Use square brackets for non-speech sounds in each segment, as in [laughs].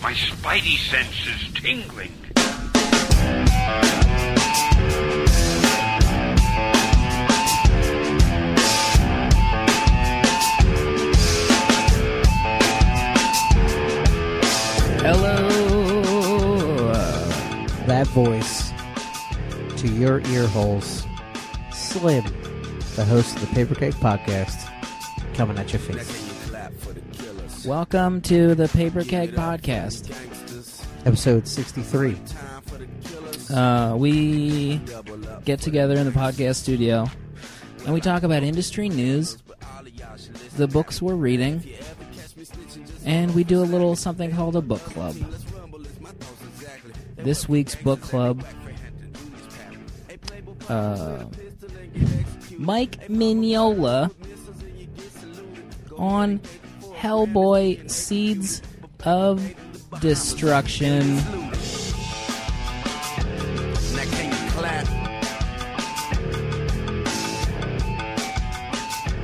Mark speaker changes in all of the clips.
Speaker 1: spidey senses tingling.
Speaker 2: Hello. That voice to your ear holes. Slim, the host of the Paper Cake Podcast, coming at your face. Welcome to the Paper Cake Podcast, episode 63. Uh, we get together in the podcast studio and we talk about industry news, the books we're reading, and we do a little something called a book club. This week's book club, uh, Mike Mignola on Hellboy Seeds of Destruction.
Speaker 3: Now can you clap?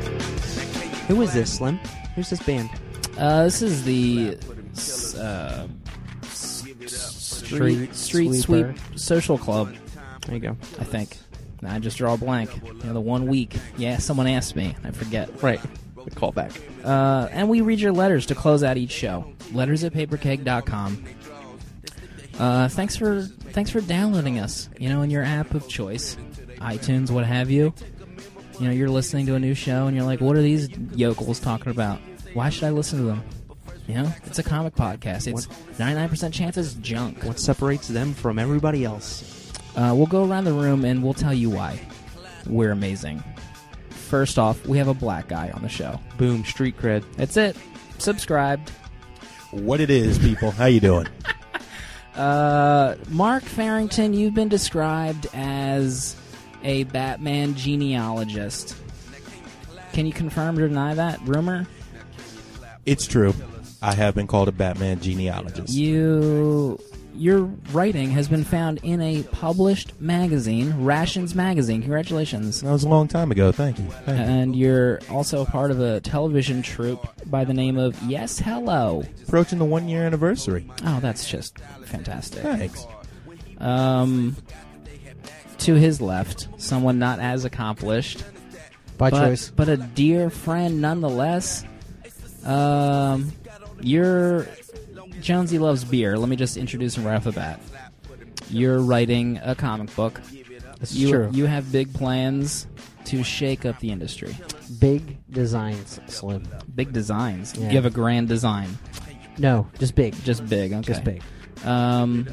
Speaker 3: Now can you
Speaker 4: Who is this, Slim? Who's this band?
Speaker 2: Uh, this is the s- uh, s- street street sweep
Speaker 4: Sweeper.
Speaker 2: social club,
Speaker 4: There you go.
Speaker 2: I think. Nah, I just draw a blank. You know, the one week. Yeah, someone asked me. I forget.
Speaker 4: Right. The callback.
Speaker 2: Uh, and we read your letters to close out each show. Letters at paperkeg.com. Uh, thanks for thanks for downloading us. You know, in your app of choice, iTunes, what have you. You know, you're listening to a new show and you're like, "What are these yokels talking about? Why should I listen to them?" You know, it's a comic podcast. It's 99% chance it's junk.
Speaker 4: What separates them from everybody else?
Speaker 2: Uh, we'll go around the room and we'll tell you why we're amazing. First off, we have a black guy on the show.
Speaker 4: Boom, street cred.
Speaker 2: That's it. Subscribed.
Speaker 5: what it is, people. How you doing?
Speaker 2: Uh, Mark Farrington, you've been described as a Batman genealogist. Can you confirm or deny that rumor?
Speaker 5: It's true. I have been called a Batman genealogist.
Speaker 2: You your writing has been found in a published magazine, Rations Magazine. Congratulations.
Speaker 5: That was a long time ago. Thank you. Thank you.
Speaker 2: And you're also part of a television troupe by the name of Yes Hello.
Speaker 5: Approaching the one year anniversary.
Speaker 2: Oh, that's just fantastic.
Speaker 5: Thanks.
Speaker 2: Um, to his left, someone not as accomplished,
Speaker 4: By
Speaker 2: but,
Speaker 4: choice.
Speaker 2: but a dear friend nonetheless. Um, you're Jonesy loves beer. Let me just introduce him right off the bat. You're writing a comic book.
Speaker 6: This is
Speaker 2: You
Speaker 6: true.
Speaker 2: you have big plans to shake up the industry.
Speaker 6: big designs, Slim.
Speaker 2: Big designs.
Speaker 6: Yeah.
Speaker 2: You have a grand design.
Speaker 6: No, just big.
Speaker 2: Just big. Okay.
Speaker 6: Just big.
Speaker 2: Um,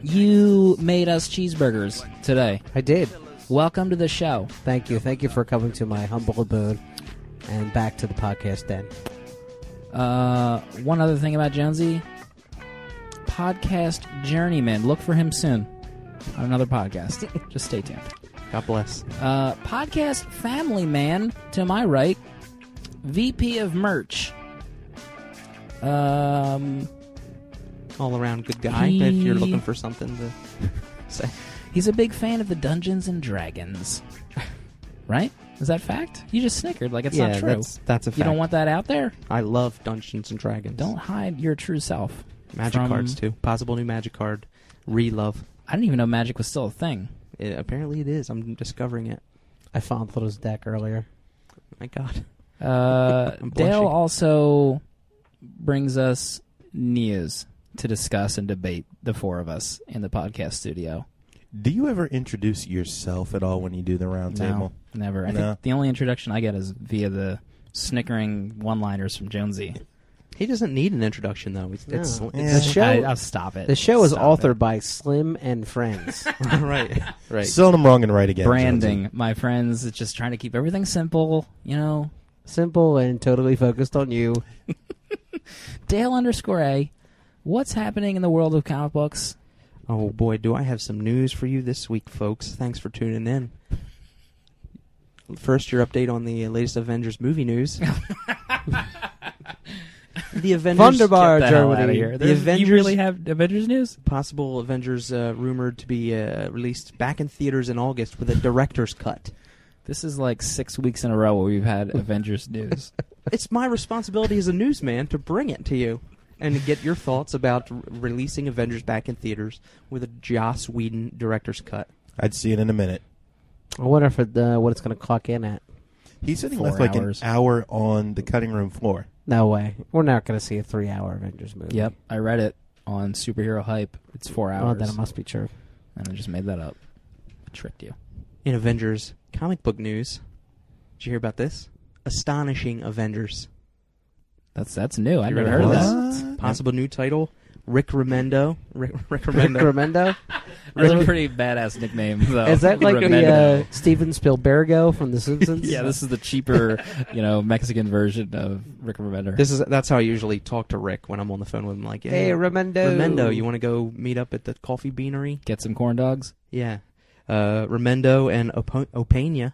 Speaker 2: you made us cheeseburgers today.
Speaker 6: I did.
Speaker 2: Welcome to the show.
Speaker 6: Thank you. Thank you for coming to my humble abode and back to the podcast den.
Speaker 2: Uh, one other thing about Jonesy, podcast journeyman. Look for him soon on another
Speaker 4: [laughs]
Speaker 2: podcast. Just stay tuned.
Speaker 4: God bless.
Speaker 2: Uh, podcast family man to my right, VP of merch. Um,
Speaker 4: All around good guy
Speaker 2: He-
Speaker 4: if you're looking for something to [laughs] say.
Speaker 2: he's a big fan of the Dungeons and Dragons. [laughs] Right? Is that fact? You just snickered like it's
Speaker 4: yeah,
Speaker 2: not true.
Speaker 4: That's, that's a fact.
Speaker 2: You don't want that out there?
Speaker 4: I love Dungeons and Dragons.
Speaker 2: Don't hide your true self.
Speaker 4: Magic
Speaker 2: from-
Speaker 4: cards, too. Possible new magic card. Re love.
Speaker 2: I didn't even know magic was still a thing.
Speaker 4: It- Eh, Apparently it is. I'm discovering it.
Speaker 6: I found Little's deck earlier.
Speaker 4: My God.
Speaker 2: Uh,
Speaker 4: I'm
Speaker 2: Dale
Speaker 4: blushing.
Speaker 2: also brings us news to discuss and debate the four of us in the podcast studio.
Speaker 5: Do you ever introduce yourself at all when you do the round table?
Speaker 2: No, never. I
Speaker 5: No.
Speaker 2: think the only introduction I get is via the snickering one-liners from Jonesy.
Speaker 4: He doesn't need an introduction, though. It's, it's,
Speaker 6: No.
Speaker 2: [laughs]
Speaker 4: it's
Speaker 6: The show-
Speaker 2: I, will stop it.
Speaker 6: The show is
Speaker 2: Stop
Speaker 6: authored
Speaker 2: it.
Speaker 6: by Slim and Friends. [laughs]
Speaker 4: right. [laughs] Right.
Speaker 5: Seldom wrong and right again.
Speaker 2: branding, my friends. It's just trying to keep everything simple. You know,
Speaker 6: Simple and totally focused on you.
Speaker 2: Dale underscore A. What's happening in the world of comic books?
Speaker 4: Oh boy, do I have some news for you this week, folks. Thanks for tuning in. First, your update on the latest Avengers movie news. the Avengers
Speaker 6: Thunderbar,
Speaker 2: Get the hell outta
Speaker 6: Germany.
Speaker 2: here.
Speaker 4: The
Speaker 2: There's-
Speaker 4: Avengers-
Speaker 2: You really have Avengers news?
Speaker 4: possible Avengers uh, rumored to be uh, released back in theaters in August with a director's cut.
Speaker 2: This is like six weeks in a
Speaker 6: [laughs]
Speaker 2: row where we've had Avengers news.
Speaker 4: It's my responsibility as a newsman to bring it to you. and get your thoughts about r- releasing Avengers back in theaters with a Joss Whedon director's cut.
Speaker 5: I'd see it in a minute.
Speaker 6: I wonder if it, uh, what it's going to clock in at.
Speaker 5: He's sitting
Speaker 6: Four
Speaker 5: left like
Speaker 6: hours.
Speaker 5: an hour on the cutting room floor.
Speaker 6: No way. We're not going to see a three-hour Avengers movie.
Speaker 2: Yep, I read it on superhero hype. It's four
Speaker 6: Oh,
Speaker 2: hours.
Speaker 6: then it must be true.
Speaker 2: and I just made that up. tricked you.
Speaker 4: In Avengers comic book news, did you hear about this? Astonishing Avengers.
Speaker 2: That's that's new. I
Speaker 4: You
Speaker 2: never
Speaker 4: ready
Speaker 2: heard of
Speaker 4: for
Speaker 2: that.
Speaker 5: What?
Speaker 4: Possible new title Rick Remendo. Rick, [laughs] Rick
Speaker 6: Rick
Speaker 4: Remendo.
Speaker 6: Remendo?
Speaker 2: That's a
Speaker 6: Rick-
Speaker 2: pretty badass nickname, though.
Speaker 6: Is that like the uh,
Speaker 2: Oh. Remendo.
Speaker 6: Steven Spielbergo from The
Speaker 2: [laughs]
Speaker 6: Simpsons?
Speaker 2: yeah, this is the
Speaker 6: [laughs]
Speaker 2: cheaper, you know, Mexican version of Rick Remender.
Speaker 4: This is that's how I usually talk to Rick when I'm on the phone with him. Like, yeah,
Speaker 6: Hey, Remendo.
Speaker 4: Remendo, you want to go meet up at the coffee beanery?
Speaker 2: Get some corn dogs.
Speaker 4: Yeah. Uh, Remendo and Opo- Opeña.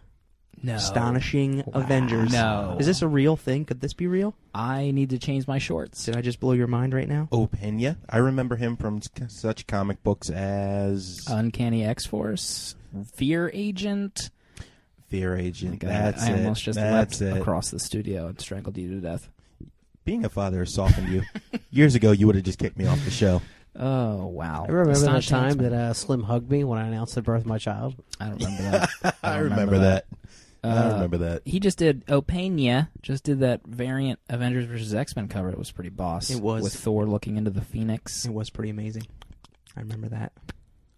Speaker 2: No,
Speaker 4: Astonishing Avengers.
Speaker 2: No,
Speaker 4: Is this a real thing? Could this be real?
Speaker 2: I need to change my shorts.
Speaker 4: Did I just blow your mind right now?
Speaker 5: Opinia. Oh, I remember him from s- such comic books as
Speaker 2: Uncanny X Force, Fear Agent.
Speaker 5: Fear
Speaker 2: Oh my
Speaker 5: Agent.
Speaker 2: God,
Speaker 5: That's
Speaker 2: I
Speaker 5: it.
Speaker 2: almost just
Speaker 5: That's
Speaker 2: leapt
Speaker 5: it.
Speaker 2: across the studio and strangled you to death.
Speaker 5: Being a father has
Speaker 2: [laughs]
Speaker 5: softened you. Years ago, you would have just kicked me off the show.
Speaker 2: Oh wow!
Speaker 6: I remember that
Speaker 2: Astonishing
Speaker 6: time
Speaker 2: X-Men.
Speaker 6: that uh, Slim hugged me when I announced the birth of my child.
Speaker 2: I don't remember
Speaker 5: [laughs]
Speaker 2: [laughs] that.
Speaker 5: I,
Speaker 2: don't
Speaker 5: remember,
Speaker 2: remember
Speaker 5: that.
Speaker 2: Uh,
Speaker 5: I remember that.
Speaker 2: He just did Opeña, just did that variant Avengers versus X Men cover. It was pretty boss.
Speaker 4: It was.
Speaker 2: with Thor looking into the Phoenix.
Speaker 4: It was pretty amazing. I remember that.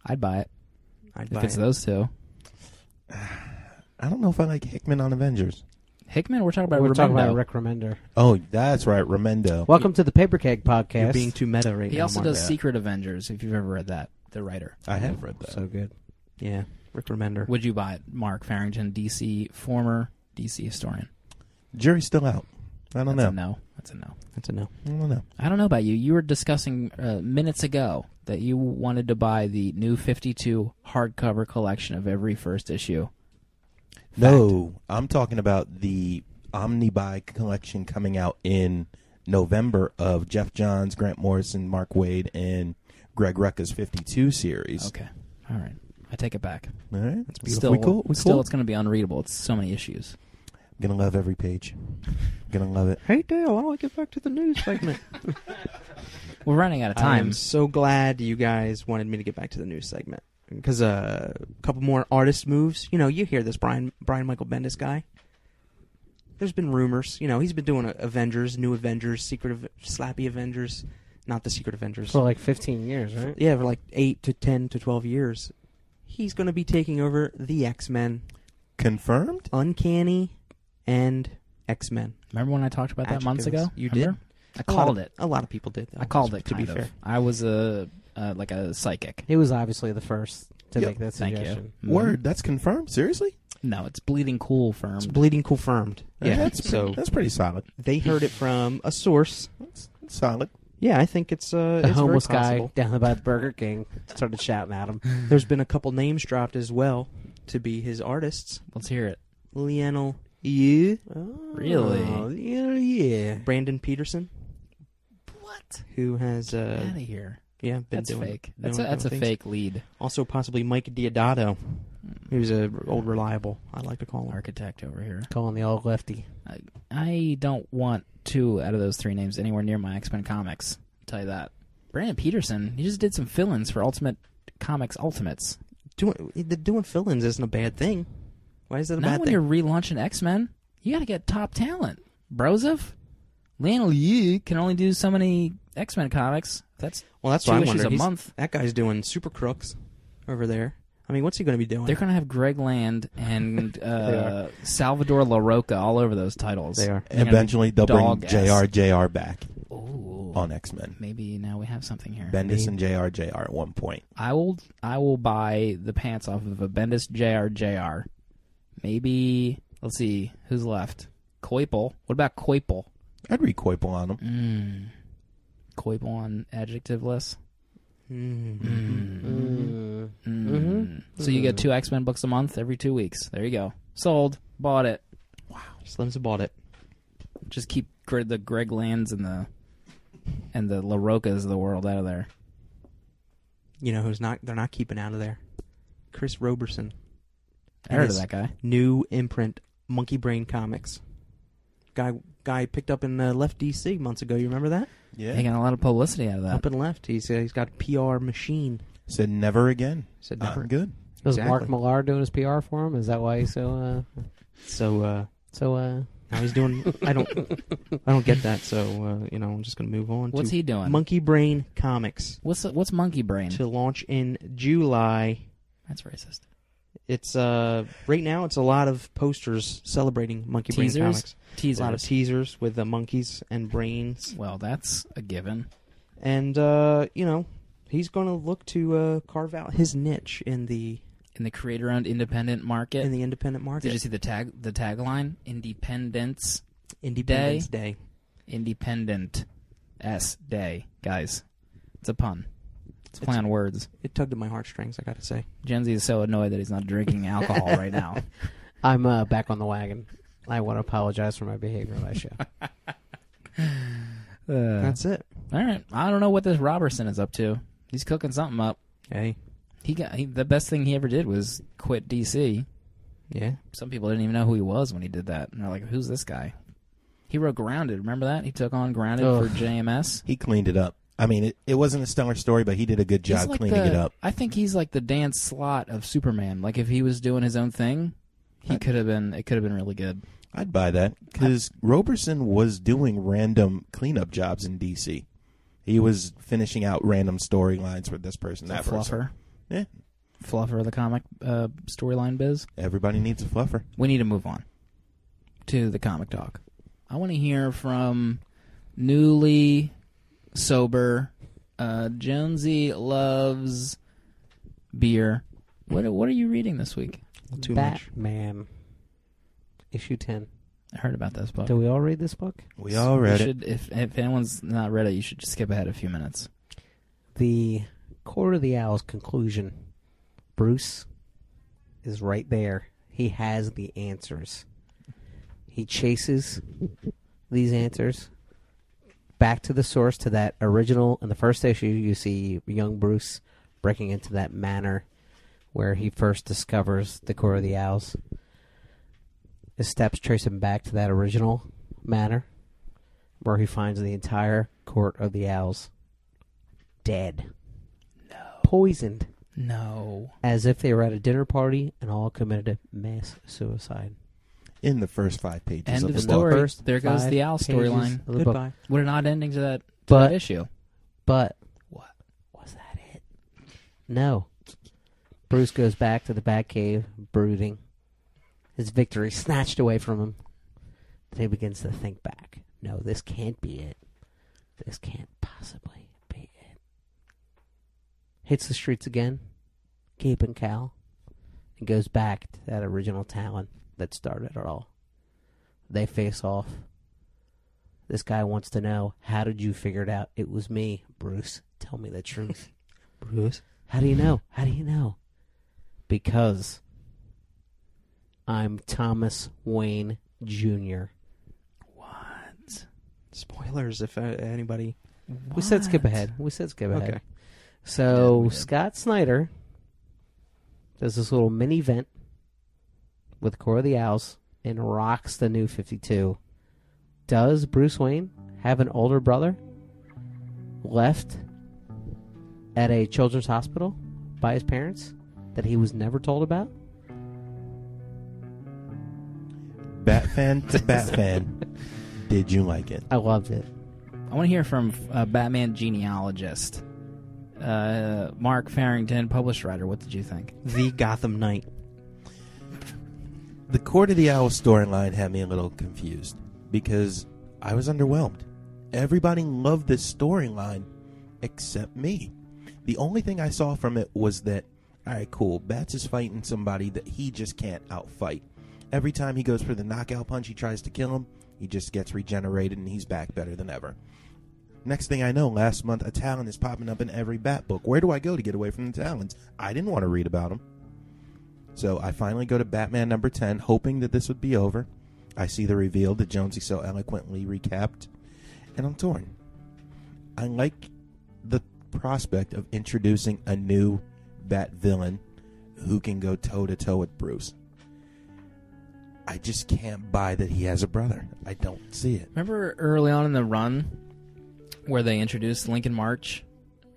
Speaker 2: I'd buy it
Speaker 4: I'd
Speaker 2: if
Speaker 4: buy
Speaker 2: it's
Speaker 4: it.
Speaker 2: those two.
Speaker 5: I don't know if I like Hickman on Avengers.
Speaker 2: Hickman, we're talking about.
Speaker 6: We're talking
Speaker 2: Raimondo.
Speaker 6: about Rick Remender.
Speaker 5: Oh, that's right, Remendo.
Speaker 6: Welcome to the Paper Keg Podcast.
Speaker 4: You're being too meta right
Speaker 2: He
Speaker 4: now.
Speaker 2: also
Speaker 4: Mark.
Speaker 2: does Secret Avengers. If you've ever read that, the writer.
Speaker 5: I have read that.
Speaker 6: so good.
Speaker 4: Yeah, Rick Remender.
Speaker 2: Would you buy it, Mark Farrington, DC former DC historian?
Speaker 5: Jury's still out. I don't
Speaker 2: That's
Speaker 5: know.
Speaker 2: a no. That's a no.
Speaker 4: That's a no.
Speaker 5: I don't know.
Speaker 2: I don't know about you. You were discussing uh, minutes ago that you wanted to buy the new 52 hardcover collection of every first issue.
Speaker 5: No, I'm talking about the Omnibuy collection coming out in November of Jeff Johns, Grant Morrison, Mark Wade, and Greg Rucka's 52 series.
Speaker 2: Okay. All right. I take it back.
Speaker 5: All right, that's
Speaker 2: Still,
Speaker 5: beautiful. We cool. We
Speaker 2: still
Speaker 5: cool.
Speaker 2: it's going to be unreadable. It's so many issues.
Speaker 5: Gonna love every page. Gonna love it.
Speaker 4: Hey Dale, why don't we get back to the
Speaker 2: [laughs]
Speaker 4: news segment?
Speaker 2: We're running out of
Speaker 4: I
Speaker 2: time.
Speaker 4: am so glad you guys wanted me to get back to the news segment because uh, a couple more artist moves. You know, you hear this Brian Brian Michael Bendis guy. There's been rumors. You know, he's been doing uh, Avengers, New Avengers, Secret of Slappy Avengers, not the Secret Avengers.
Speaker 6: For like 15 years, right?
Speaker 4: yeah, for like eight to ten to twelve years, he's going to be taking over the X Men,
Speaker 5: Confirmed?
Speaker 4: Uncanny, and X Men.
Speaker 2: Remember when I talked about that months
Speaker 4: Adjectives.
Speaker 2: ago?
Speaker 4: You
Speaker 2: Remember? I
Speaker 4: A lot
Speaker 2: called
Speaker 4: of-
Speaker 2: it.
Speaker 4: A lot of people did. Though,
Speaker 2: I called it.
Speaker 4: To be
Speaker 2: kind of.
Speaker 4: fair,
Speaker 2: I was a uh, like a psychic.
Speaker 6: He was obviously the first to
Speaker 5: Yep.
Speaker 6: make that
Speaker 2: Thank
Speaker 6: suggestion.
Speaker 2: you. Mhm.
Speaker 5: Word. That's confirmed. Seriously?
Speaker 2: No, it's bleeding cool firm.
Speaker 4: it's bleeding confirmed. Yeah.
Speaker 5: That's pre-
Speaker 4: so
Speaker 5: that's pretty solid.
Speaker 4: they heard it from a source.
Speaker 5: That's, that's solid.
Speaker 4: Yeah, I think it's uh,
Speaker 6: The
Speaker 4: it's
Speaker 6: homeless
Speaker 4: very
Speaker 6: guy
Speaker 4: possible.
Speaker 6: down by the Burger King started shouting at him.
Speaker 2: Mm-hmm.
Speaker 4: There's been a couple names dropped as well to be his artists:
Speaker 2: Let's hear it.
Speaker 4: Lionel Yu, Uh,
Speaker 2: Really?
Speaker 5: Uh,
Speaker 6: Oh, yeah, yeah.
Speaker 4: Brandon Peterson,
Speaker 2: What?
Speaker 4: who has
Speaker 2: Out
Speaker 4: uh,
Speaker 2: of here.
Speaker 4: yeah been
Speaker 2: That's
Speaker 4: doing
Speaker 2: fake. That's a,
Speaker 4: doing-
Speaker 2: that's a
Speaker 4: doing things.
Speaker 2: fake lead.
Speaker 4: Also, possibly Mike Diodato, who's a r- old reliable. I like to call him.
Speaker 2: Architect over here.
Speaker 6: Calling the old lefty.
Speaker 2: I don't want two out of those three names anywhere near my X Men comics. I'll tell you that. Brandon Peterson, he just did some fill-ins for Ultimate Comics Ultimates.
Speaker 4: Doing the doing fill-ins isn't a bad thing. Why is it a
Speaker 2: Not
Speaker 4: bad
Speaker 2: when
Speaker 4: thing?
Speaker 2: you're relaunching X Men. You got to get top talent. Brozov, Lionel Yu can only do so many X Men comics. That's
Speaker 4: Well, that's
Speaker 2: two
Speaker 4: why I'm
Speaker 2: issues
Speaker 4: wondering.
Speaker 2: a
Speaker 4: He's-
Speaker 2: month.
Speaker 4: That guy's doing super crooks over there. I mean, what's he going to be doing?
Speaker 2: They're going to have Greg Land
Speaker 4: [laughs]
Speaker 2: and uh, Salvador LaRocca all over those titles.
Speaker 4: They are.
Speaker 2: They're gonna be
Speaker 5: Eventually, they'll bring
Speaker 2: dog ass.
Speaker 5: JRJR back
Speaker 2: Ooh.
Speaker 5: on X Men.
Speaker 2: Maybe now we have something here.
Speaker 5: Bendis and JRJR at one point.
Speaker 2: I will I will buy the pants off of a Bendis JR JR. Maybe let's see who's left. Koipel. What about Koipel?
Speaker 5: I'd read Koipel on him.
Speaker 2: Mm. Koipel on adjective list.
Speaker 4: Mm.
Speaker 2: Mm.
Speaker 4: Mm-hmm.
Speaker 6: Mm.
Speaker 2: Mm. So you get two X Men books a month every two weeks. There you go. Sold. Bought it.
Speaker 4: Slim's bought it.
Speaker 2: Just keep Gre- the Greg Lands and the and the LaRocas of the world out of there.
Speaker 4: You know who's not? They're not keeping out of there. Chris Roberson,
Speaker 2: I heard of
Speaker 4: Yes.
Speaker 2: that guy.
Speaker 4: new imprint, Monkey Brain Comics. Guy, guy picked up in uh, Left DC months ago. You remember that?
Speaker 2: They
Speaker 5: Yeah.
Speaker 2: got a lot of publicity out of that.
Speaker 4: Up and left. He's uh, he's got a PR machine.
Speaker 5: Said never again.
Speaker 2: Uh,
Speaker 4: Said
Speaker 5: Not
Speaker 4: never.
Speaker 5: good.
Speaker 6: Was Mark
Speaker 4: Exactly.
Speaker 6: Millar doing his PR for him? Is that why he's so uh,
Speaker 4: So uh,
Speaker 6: so? Uh,
Speaker 4: now he's doing. I don't. I don't get that. So uh, you know, I'm just gonna move on.
Speaker 2: What's
Speaker 4: to
Speaker 2: he doing?
Speaker 4: Monkey Brain Comics
Speaker 2: what's what's Monkey Brain?
Speaker 4: to launch in July.
Speaker 2: That's racist.
Speaker 4: It's uh right now. It's a lot of posters celebrating Monkey
Speaker 2: Teasers?
Speaker 4: Brain Comics.
Speaker 2: Teasers.
Speaker 4: A lot of teasers with the monkeys and brains,
Speaker 2: well, that's a given.
Speaker 4: and uh, you know, he's gonna look to uh, carve out his niche in the
Speaker 2: In the creator-owned independent market.
Speaker 4: in the independent market.
Speaker 2: Did you see the tag? The tagline: Independence,
Speaker 4: Independence Day.
Speaker 2: Independent, S Day. Guys, it's a pun. It's a play on words.
Speaker 4: It tugged at my heartstrings. I got to say.
Speaker 2: Gen Z is so annoyed that he's not drinking alcohol right now.
Speaker 6: I'm uh, back on the wagon. I want to apologize for my behavior last show.
Speaker 2: Uh,
Speaker 4: That's it.
Speaker 2: all right. I don't know what this Robertson is up to. He's cooking something up.
Speaker 4: Hey,
Speaker 2: He got he, the best thing he ever did was quit DC.
Speaker 4: yeah.
Speaker 2: Some people didn't even know who he was when he did that, and they're like, "Who's this guy?" He wrote Grounded. Remember that? He took on Grounded for JMS.
Speaker 5: He cleaned it up. I mean, it, it wasn't a stellar story, but he did a good
Speaker 2: He's
Speaker 5: job
Speaker 2: like
Speaker 5: cleaning
Speaker 2: the-
Speaker 5: it up.
Speaker 2: I think he's like the Dan slot of Superman. Like if he was doing his own thing, he could have been. It could have been really good.
Speaker 5: I'd buy that because Roberson was doing random cleanup jobs in DC. He was finishing out random storylines for this person, that person.
Speaker 2: Fluffer,
Speaker 5: Yeah,
Speaker 2: Fluffer of the comic uh, storyline biz.
Speaker 5: everybody needs a fluffer.
Speaker 2: We need to move on to the comic talk. I want to hear from newly sober uh, Jonesy loves beer. What what are you reading this week?
Speaker 4: [laughs] Too much.
Speaker 6: Batman, issue ten.
Speaker 2: I heard about this book.
Speaker 6: Do we all read this book?
Speaker 5: We all read
Speaker 2: You
Speaker 5: it.
Speaker 2: should- If, if anyone's not read it, you should just skip ahead a few minutes.
Speaker 6: The Court of the Owls conclusion. Bruce is right there. He has the answers. He chases these answers back to the source to that original in the first issue you see young Bruce breaking into that manor where he first discovers the Court of the Owls. His steps trace him back to that original manor where he finds the entire Court of the Owls dead. Poisoned
Speaker 2: No.
Speaker 6: as if they were at a dinner party and all committed a mass suicide.
Speaker 5: In the first five pages
Speaker 2: End
Speaker 5: of
Speaker 2: of
Speaker 5: the
Speaker 2: story.
Speaker 5: book.
Speaker 6: First
Speaker 2: There goes
Speaker 6: five
Speaker 2: the owl
Speaker 6: pages
Speaker 2: storyline.
Speaker 6: of the book.
Speaker 4: Goodbye.
Speaker 2: What an odd ending to that, to
Speaker 6: But-
Speaker 2: that issue.
Speaker 6: But
Speaker 2: What?
Speaker 6: was that it? No. Bruce goes back to the Batcave, brooding. His victory snatched away from him. Then he begins to think back. No, this can't be it. This can't possibly be it. Hits the streets again, gaping cow, and goes back to that original town that started it all. They face off. This guy wants to know, how did you figure it out? It was me, Bruce. Tell me the truth. [laughs]
Speaker 4: Bruce.
Speaker 6: How do you know? How do you know? Because I'm Thomas Wayne Jr.
Speaker 2: What?
Speaker 4: Spoilers if uh, anybody.
Speaker 6: We said skip ahead. We said skip ahead.
Speaker 4: Okay.
Speaker 2: Yeah, we
Speaker 6: So
Speaker 2: did.
Speaker 6: Scott Snyder does this little mini event with Core of the Owls and rocks the new 52. Does Bruce Wayne have an older brother left at a children's hospital by his parents that he was never told about?
Speaker 5: Bat fan to bat
Speaker 2: [laughs]
Speaker 5: fan. Did you like it?
Speaker 6: I loved it.
Speaker 2: I want to hear from uh, Batman genealogist. Uh, Mark Farrington, published writer. What did you think?
Speaker 4: The Gotham Knight.
Speaker 5: The Court of the Owl storyline had me a little confused because I was underwhelmed. Everybody loved this storyline except me. The only thing I saw from it was that, all right, cool, Bats is fighting somebody that he just can't outfight. Every time he goes for the knockout punch, he tries to kill him, he just gets regenerated and he's back better than ever. Next thing I know, last month, a Talon is popping up in every Bat book. Where do I go to get away from the Talons? I didn't want to read about them. So I finally go to Batman number 10, hoping that this would be over. I see the reveal that Jonesy so eloquently recapped, and I'm torn. I like the prospect of introducing a new Bat villain who can go toe to toe with Bruce. I just can't buy that he has a brother. I don't see it.
Speaker 2: Remember early on in the run, where they introduced Lincoln March,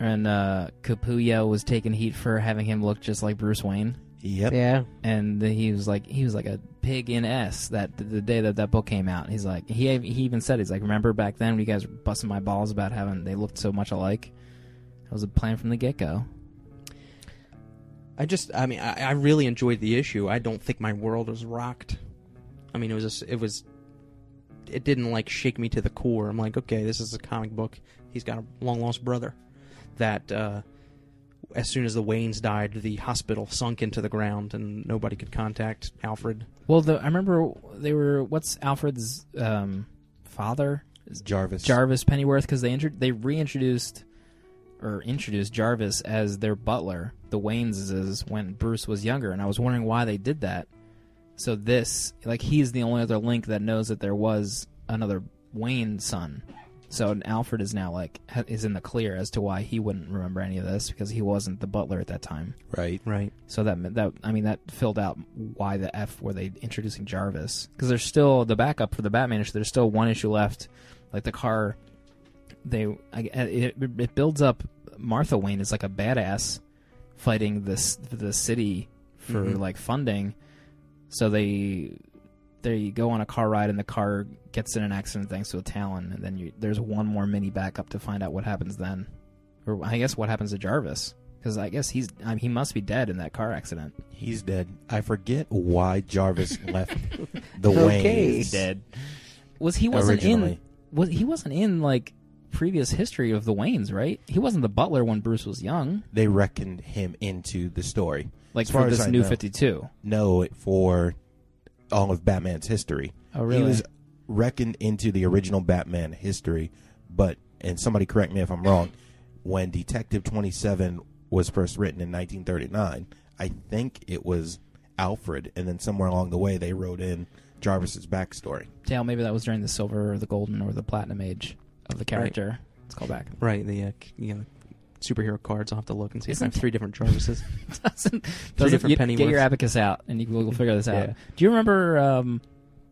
Speaker 2: and uh, Kapuya was taking heat for having him look just like Bruce Wayne,
Speaker 5: Yep.
Speaker 6: Yeah.
Speaker 2: and the- he was like he was like a pig in S that the day that that book came out. He's like he he even said he's like remember back then when you guys were busting my balls about having they looked so much alike. That was a plan from the get go.
Speaker 4: I just, I mean, I, I really enjoyed the issue. I don't think my world was rocked. I mean, it was, just, it was, it didn't like shake me to the core. I'm like, okay, this is a comic book. He's got a long lost brother that, uh, as soon as the Waynes died, the hospital sunk into the ground and nobody could contact Alfred.
Speaker 2: Well, the, I remember they were what's Alfred's um, father
Speaker 5: Jarvis.
Speaker 2: Jarvis Pennyworth because they intro- they reintroduced or introduced Jarvis as their butler, the Wayneses, when Bruce was younger, and I was wondering why they did that. So this, like, he's the only other link that knows that there was another Wayne son. So Alfred is now like ha- is in the clear as to why he wouldn't remember any of this because he wasn't the butler at that time.
Speaker 5: Right.
Speaker 4: Right.
Speaker 2: So that meant- that I mean that filled out why the f were they introducing Jarvis because there's still the backup for the Batman issue. There's still one issue left, like the car. They I, it, it builds up. Martha Wayne is like a badass fighting this the city for
Speaker 4: Mhm.
Speaker 2: like funding. So they they go on a car ride and the car gets in an accident thanks to a Talon, and then you, there's one more mini backup to find out what happens then, or I guess what happens to Jarvis. Because I guess he's I mean, he must be dead in that car accident.
Speaker 5: He's dead. I forget why Jarvis
Speaker 6: [laughs]
Speaker 5: left the
Speaker 6: Okay.
Speaker 5: Waynes.
Speaker 2: dead. Was he wasn't
Speaker 5: Originally.
Speaker 2: in? Was he wasn't in like previous history of the Waynes? Right? He wasn't the butler when Bruce was young.
Speaker 5: They reckoned him into the story.
Speaker 2: Like
Speaker 5: As far
Speaker 2: for
Speaker 5: as
Speaker 2: this
Speaker 5: I
Speaker 2: new
Speaker 5: know.
Speaker 2: Fifty Two.
Speaker 5: No, for all of Batman's history.
Speaker 2: Oh, really?
Speaker 5: He was reckoned into the original Batman history, but and somebody correct me if I'm wrong. When Detective 27 was first written in 1939, I think it was Alfred, and then somewhere along the way they wrote in Jarvis's backstory.
Speaker 2: Dale, maybe that was during the Silver or the Golden or the Platinum Age of the character. Let's call [laughs] back.
Speaker 4: Right. The, uh, c- you know, superhero cards. I'll have to look and see if I have
Speaker 2: Isn't-
Speaker 4: three different [laughs] Jarvises.
Speaker 2: doesn't doesn't
Speaker 4: different
Speaker 2: you-
Speaker 4: Pennyworths.
Speaker 2: get your abacus out and you, we'll figure this out.
Speaker 4: Yeah.
Speaker 2: Do you remember um,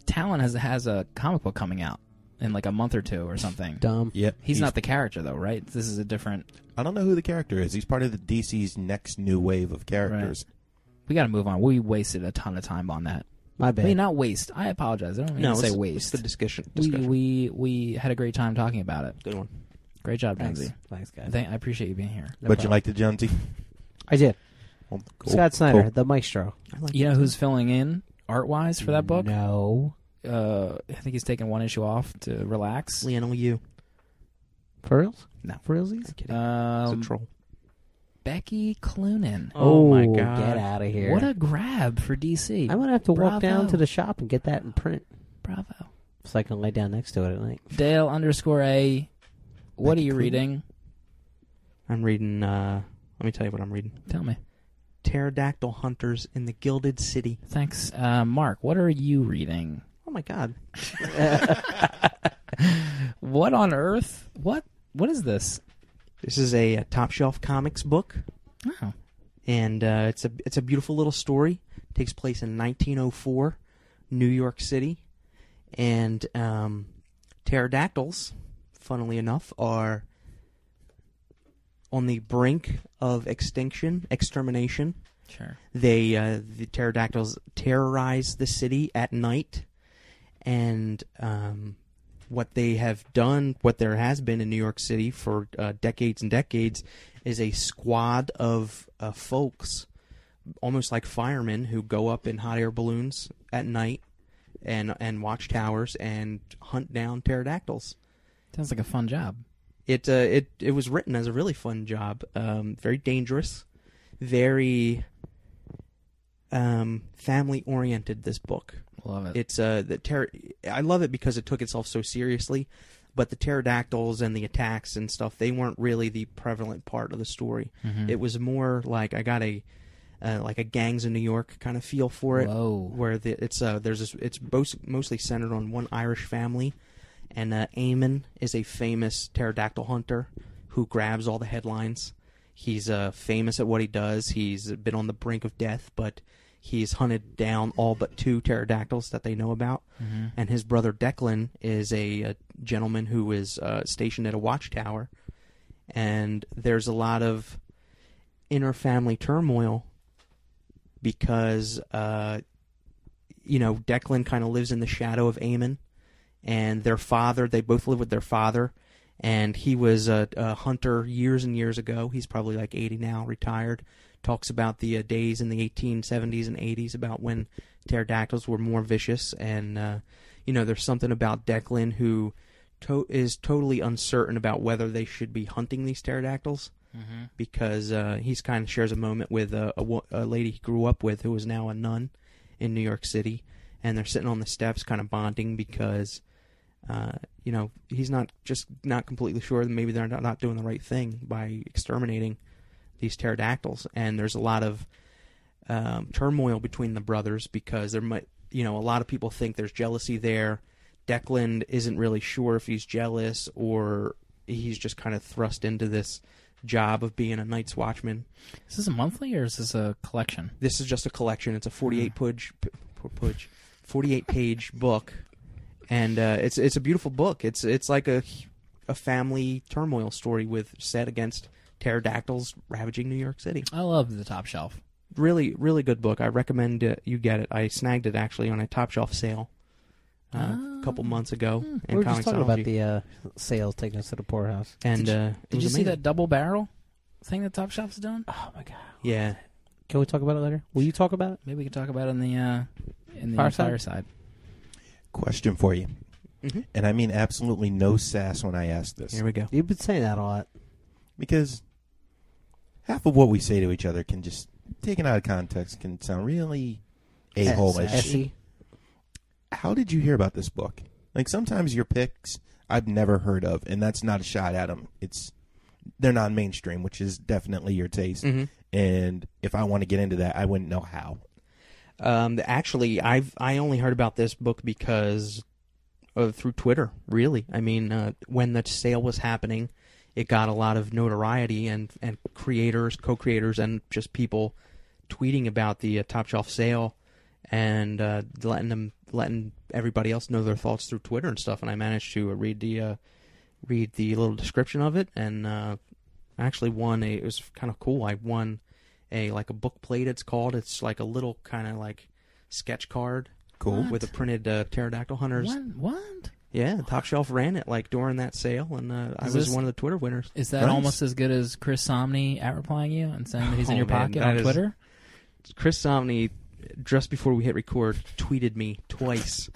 Speaker 2: Talon has has a comic book coming out in like a month or two or something?
Speaker 6: Dumb.
Speaker 5: Yep.
Speaker 2: He's, not the character though, right? This is a different.
Speaker 5: I don't know who the character is. He's part of the DC's next new wave of characters.
Speaker 2: We got to move on. We wasted a ton of time on that.
Speaker 6: My
Speaker 2: I mean,
Speaker 6: bad.
Speaker 2: not waste. I apologize. I don't mean
Speaker 4: no,
Speaker 2: to say
Speaker 4: it's-
Speaker 2: waste.
Speaker 4: It's the discussion.
Speaker 2: we
Speaker 4: discussion.
Speaker 2: we we had a great time talking about it.
Speaker 4: Good one.
Speaker 2: Great job,
Speaker 6: Thanks.
Speaker 2: Jonesy.
Speaker 6: Thanks, guys.
Speaker 2: Thank, I appreciate you being here.
Speaker 5: but you like the Jonesy?
Speaker 6: I did.
Speaker 5: Well, cool.
Speaker 6: Scott Snyder,
Speaker 5: Cool.
Speaker 6: the maestro.
Speaker 2: You know who's filling in art wise for
Speaker 4: Mm,
Speaker 2: that book?
Speaker 6: No.
Speaker 2: Uh, I think he's taking one issue off to relax.
Speaker 4: Lionel Yu.
Speaker 6: For reals?
Speaker 2: No.
Speaker 6: For realsies?
Speaker 4: Kidding. He's
Speaker 2: Um,
Speaker 4: a troll.
Speaker 2: Becky Cloonan.
Speaker 4: Oh, my
Speaker 6: Ooh,
Speaker 4: God.
Speaker 6: Get out of here.
Speaker 2: What a grab for DC.
Speaker 6: I'm going to have to walk down
Speaker 2: Bravo.
Speaker 6: to the shop and get that in print
Speaker 2: Bravo.
Speaker 6: so I can lay down next to it at night.
Speaker 2: Dale underscore A. What are
Speaker 4: Becky
Speaker 2: you
Speaker 4: Cloonan.
Speaker 2: reading?
Speaker 4: I'm reading. uh Let me tell you what I'm reading.
Speaker 2: Tell me.
Speaker 4: Pterodactyl Hunters in the Gilded City.
Speaker 2: Thanks. Uh, Mark, what are you reading?
Speaker 4: Oh my God!
Speaker 2: What on earth? What? What is this?
Speaker 4: This is a, uh top shelf comics book,
Speaker 2: Oh.
Speaker 4: and uh, it's a it's a beautiful little story. It takes place in 1904, New York City, and um, pterodactyls, funnily enough, are on the brink of extinction, extermination.
Speaker 2: Sure.
Speaker 4: they uh, the pterodactyls terrorize the city at night and um, what they have done what there has been in new york city for uh, decades and decades is a squad of uh, folks almost like firemen who go up in hot air balloons at night and and watch towers and hunt down pterodactyls
Speaker 2: Sounds like a fun job.
Speaker 4: it uh, it it was written as a really fun job, um, very dangerous, very um, family oriented. This book,
Speaker 2: Love it.
Speaker 4: it's uh, the ter- I love it because it took itself so seriously, but the pterodactyls and the attacks and stuff they weren't really the prevalent part of the story. It was more like I got a uh, like a gangs in New York kind of feel for it
Speaker 2: Whoa.
Speaker 4: where the, it's uh there's this, it's bos- mostly centered on one Irish family, and uh, Eamon is a famous pterodactyl hunter who grabs all the headlines. He's uh famous at what he does. He's been on the brink of death, but He's hunted down all but two pterodactyls that they know about,
Speaker 2: Mm-hmm.
Speaker 4: and his brother Declan is a, a gentleman who is uh, stationed at a watchtower. And there's a lot of inner family turmoil because uh, you know Declan kind of lives in the shadow of Amon, and their father. They both live with their father, and he was a, a hunter years and years ago. He's probably like eighty now, retired. Talks about the uh, days in the eighteen seventies and eighties about when pterodactyls were more vicious, and uh, you know there's something about Declan who. To- is totally uncertain about whether they should be hunting these pterodactyls because uh, he's kind of shares a moment with a, a, wo- a lady he grew up with who is now a nun in New York City, and they're sitting on the steps, kind of bonding because, uh, you know, he's not just not completely sure that maybe they're not, not doing the right thing by exterminating these pterodactyls, and there's a lot of um, turmoil between the brothers because there might, you know, a lot of people think there's jealousy there. Declan isn't really sure if he's jealous or he's just kind of thrust into this job of being a night's watchman.
Speaker 2: Is this a monthly or is this a collection?
Speaker 4: This is just a collection. It's a 48 page, p- p- page 48 page [laughs] book, and uh, it's it's a beautiful book. It's it's like a a family turmoil story with set against pterodactyls ravaging New York City.
Speaker 2: I love the top shelf.
Speaker 4: Really, really good book. I recommend uh, you get it. I snagged it actually on a top shelf sale uh,
Speaker 2: Ah.
Speaker 4: a couple months ago.
Speaker 6: We were just talking about the uh, sales taking us to the poorhouse.
Speaker 4: and uh, it
Speaker 2: Did
Speaker 4: was
Speaker 2: you see
Speaker 4: amazing.
Speaker 2: that double barrel thing that Top Shelf's doing?
Speaker 6: Oh my god!
Speaker 4: Yeah,
Speaker 6: Can we talk about it later? Will you talk about it?
Speaker 2: Maybe we could talk about it in the uh, in the
Speaker 6: Fireside?
Speaker 2: fireside.
Speaker 5: Question for you,
Speaker 4: Mhm.
Speaker 5: and I mean absolutely no sass when I ask this.
Speaker 4: here we go.
Speaker 6: You've been saying that a lot.
Speaker 5: because half of what we say to each other can just taken out of context can sound really a hole.
Speaker 6: Essie.
Speaker 5: How did you hear about this book? Like sometimes your picks I've never heard of, and that's not a shot at them. It's they're non-mainstream, which is definitely your taste.
Speaker 4: Mm-hmm.
Speaker 5: And if I want to get into that, I wouldn't know how.
Speaker 4: Um, th- actually, I've I only heard about this book because uh, through Twitter. Really, I mean, uh, when the sale was happening, it got a lot of notoriety and and creators, co-creators, and just people tweeting about the uh, top shelf sale and uh, letting them letting everybody else know their thoughts through Twitter and stuff. And I managed to uh, read the uh, read the little description of it, and uh, I actually won a. It was kind of cool. I won a like a book plate. It's called. It's like a little kind of like sketch card.
Speaker 5: Cool.
Speaker 4: With a printed uh, pterodactyl hunters.
Speaker 2: What? What
Speaker 4: Yeah, Top Shelf ran it like during that sale, and uh, I
Speaker 2: Is
Speaker 4: was
Speaker 2: this-
Speaker 4: one of the Twitter winners.
Speaker 2: is that?
Speaker 5: Nice.
Speaker 2: Almost as good as Chris Somney at replying you and saying that he's in
Speaker 4: Oh,
Speaker 2: your
Speaker 4: man,
Speaker 2: pocket
Speaker 4: that
Speaker 2: on
Speaker 4: is-
Speaker 2: Twitter.
Speaker 4: Chris Somney, just before we hit record, tweeted me twice,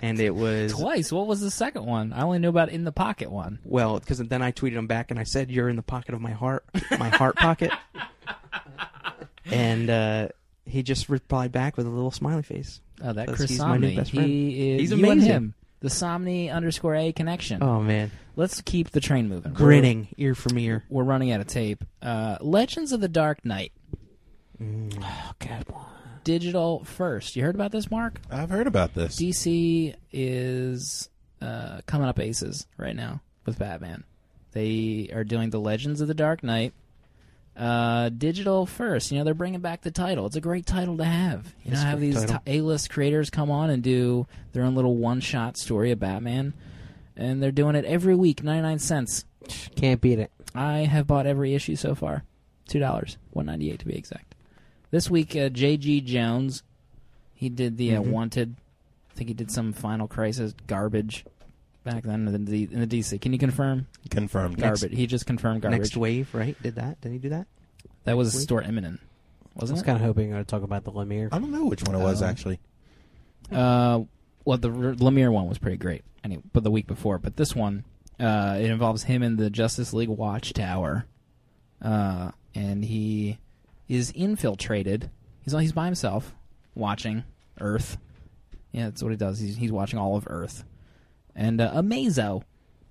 Speaker 4: and it was
Speaker 2: Twice. What was the second one? I only knew about in the pocket one.
Speaker 4: well because then I tweeted him back and I said, "You're in the pocket of my heart, my
Speaker 2: [laughs]
Speaker 4: heart pocket," and uh, he just replied back with a little smiley face.
Speaker 2: Oh, that
Speaker 4: That's-
Speaker 2: Chris
Speaker 4: he's my new
Speaker 2: Somney.
Speaker 4: best friend.
Speaker 2: He is
Speaker 4: He's
Speaker 2: you and
Speaker 4: amazing.
Speaker 2: him. The Somni underscore A connection.
Speaker 4: Oh man,
Speaker 2: Let's keep the train moving. We're-
Speaker 4: grinning ear from ear.
Speaker 2: We're, running out of tape. Uh, Legends of the Dark Knight.
Speaker 4: Mm.
Speaker 6: Oh god!
Speaker 2: Digital first. You heard about this, Mark?
Speaker 5: I've heard about this.
Speaker 2: DC is uh, coming up aces right now with Batman. They are doing the Legends of the Dark Knight. Uh, digital first, you know they're bringing back the title. It's a great title to have. You know,
Speaker 4: It's a
Speaker 2: have
Speaker 4: great
Speaker 2: these
Speaker 4: title.
Speaker 2: t- A-list creators come on and do their own little one-shot story of Batman, and they're doing it every week, ninety-nine cents.
Speaker 6: E. Can't beat it.
Speaker 2: I have bought every issue so far. Two dollars, one ninety-eight to be exact. This week, uh, J.G. Jones, he did the uh, Wanted. I think he did some Final Crisis garbage back then in the, in the DC. Can you confirm
Speaker 5: Confirmed.
Speaker 2: garbage? he just confirmed garbage.
Speaker 4: Next wave, right? Did that? Did he do that?
Speaker 2: that was
Speaker 4: week.
Speaker 2: store imminent,
Speaker 6: I
Speaker 2: wasn't
Speaker 6: was
Speaker 2: it?
Speaker 6: kind of hoping you were going to talk about the Lemire.
Speaker 5: I don't know which one it was
Speaker 2: Oh.
Speaker 5: actually.
Speaker 2: Uh, well, the R- Lemire one was pretty great, anyway, but the week before. But this one, uh, it involves him in the Justice League Watchtower, uh, and he is infiltrated. He's he's by himself, watching Earth. Yeah, that's what he does. He's he's watching all of Earth, and uh, Amazo.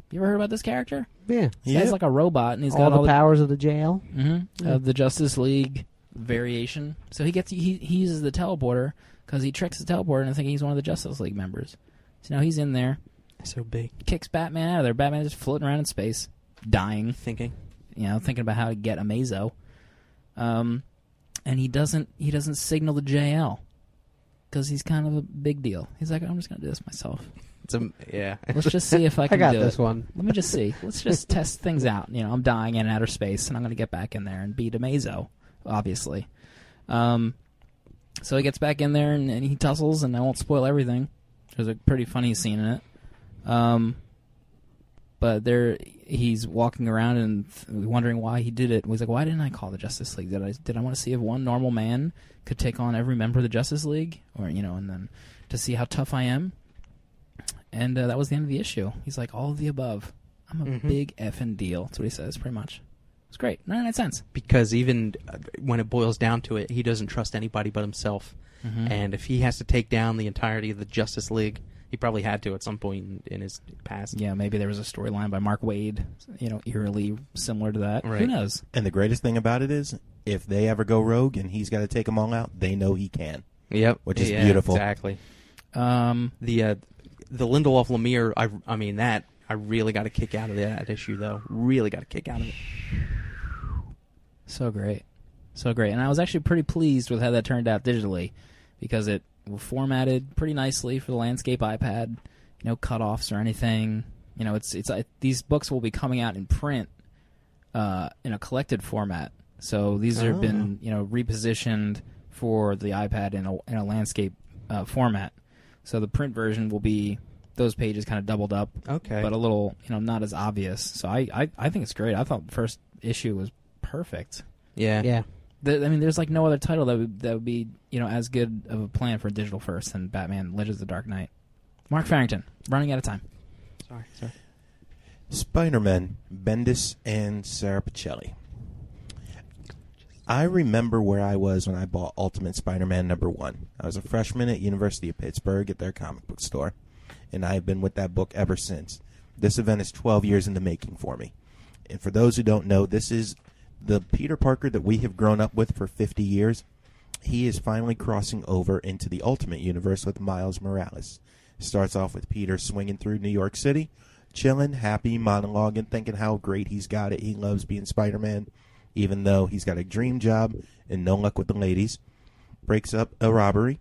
Speaker 2: You ever heard about this character?
Speaker 6: Yeah,
Speaker 2: This
Speaker 5: Yeah.
Speaker 2: guy's like a robot, and he's
Speaker 6: all
Speaker 2: got
Speaker 6: the
Speaker 2: all the
Speaker 6: powers of the jail.
Speaker 2: Mhm. of the Justice League variation. So he gets he, he uses the teleporter because he tricks the teleporter into thinking he's one of the Justice League members. So now he's in there,
Speaker 4: So big
Speaker 2: kicks Batman out of there. Batman's just floating around in space, dying.
Speaker 4: thinking.
Speaker 2: You know, thinking about how to get Amazo. Um, and he doesn't he doesn't signal the JL because he's kind of a big deal. He's like, I'm just gonna do this myself.
Speaker 4: It's a, yeah. [laughs]
Speaker 2: Let's just see
Speaker 6: [laughs]
Speaker 2: if I can
Speaker 6: got
Speaker 2: do
Speaker 6: this
Speaker 2: it.
Speaker 6: one.
Speaker 2: Let me just see. Let's just test things out. You know, I'm dying in outer space, and I'm going to get back in there and beat Amazo, obviously. Um, so he gets back in there and, and he tussles, and I won't spoil everything. There's a pretty funny scene in it. Um, but there, he's walking around and th- wondering why he did it. He's like, "Why didn't I call the Justice League? Did I did I want to see if one normal man could take on every member of the Justice League, or you know, and then to see how tough I am?" And uh, that was the end of the issue. He's like, all of the above. I'm a big effing deal. That's what he says, pretty much. It's great. 99 cents.
Speaker 4: because even uh, when it boils down to it, he doesn't trust anybody but himself.
Speaker 2: Mm-hmm.
Speaker 4: And if he has to take down the entirety of the Justice League, he probably had to at some point in, in his past.
Speaker 2: Yeah, maybe there was a storyline by Mark Wade, you know, eerily similar to that. Who
Speaker 4: Right.
Speaker 2: knows?
Speaker 5: And the greatest thing about it is, if they ever go rogue and he's got to take them all out, they know he can.
Speaker 4: Yep,
Speaker 5: Which is
Speaker 4: Yeah,
Speaker 5: beautiful.
Speaker 4: Exactly.
Speaker 2: Um,
Speaker 4: The uh, the Lindelof Lemire. I I mean that I really got a kick out of that issue though. Really got a kick out of it.
Speaker 2: so great. So great. And I was actually pretty pleased with how that turned out digitally because it was formatted pretty nicely for the landscape iPad. No cutoffs or anything. You know, it's it's I, these books will be coming out in print uh, in a collected format. So these have been you know repositioned for the iPad in a, in a landscape uh, format. So the print version will be those pages kind of doubled up,
Speaker 4: Okay.
Speaker 2: but a little you know not as obvious. So I I, I think it's great. I thought the first issue was perfect.
Speaker 4: Yeah.
Speaker 6: Yeah.
Speaker 2: There, I mean, there's like no other title that would that would be you know as good of a plan for digital first than Batman Legends of the Dark Knight. Mark Farrington, running out of time.
Speaker 4: Sorry. Sorry.
Speaker 5: Spider Man, Bendis, and Sarah Pacelli. I remember where I was when I bought Ultimate Spider Man number one. I was a freshman at University of Pittsburgh at their comic book store, and I have been with that book ever since. This event is 12 years in the making for me. And for those who don't know, this is the Peter Parker that we have grown up with for 50 years. He is finally crossing over into the Ultimate Universe with Miles Morales. Starts off with Peter swinging through New York City, chilling, happy, monologuing, thinking how great he's got it. He loves being Spider Man, even though he's got a dream job and no luck with the ladies. Breaks up a robbery,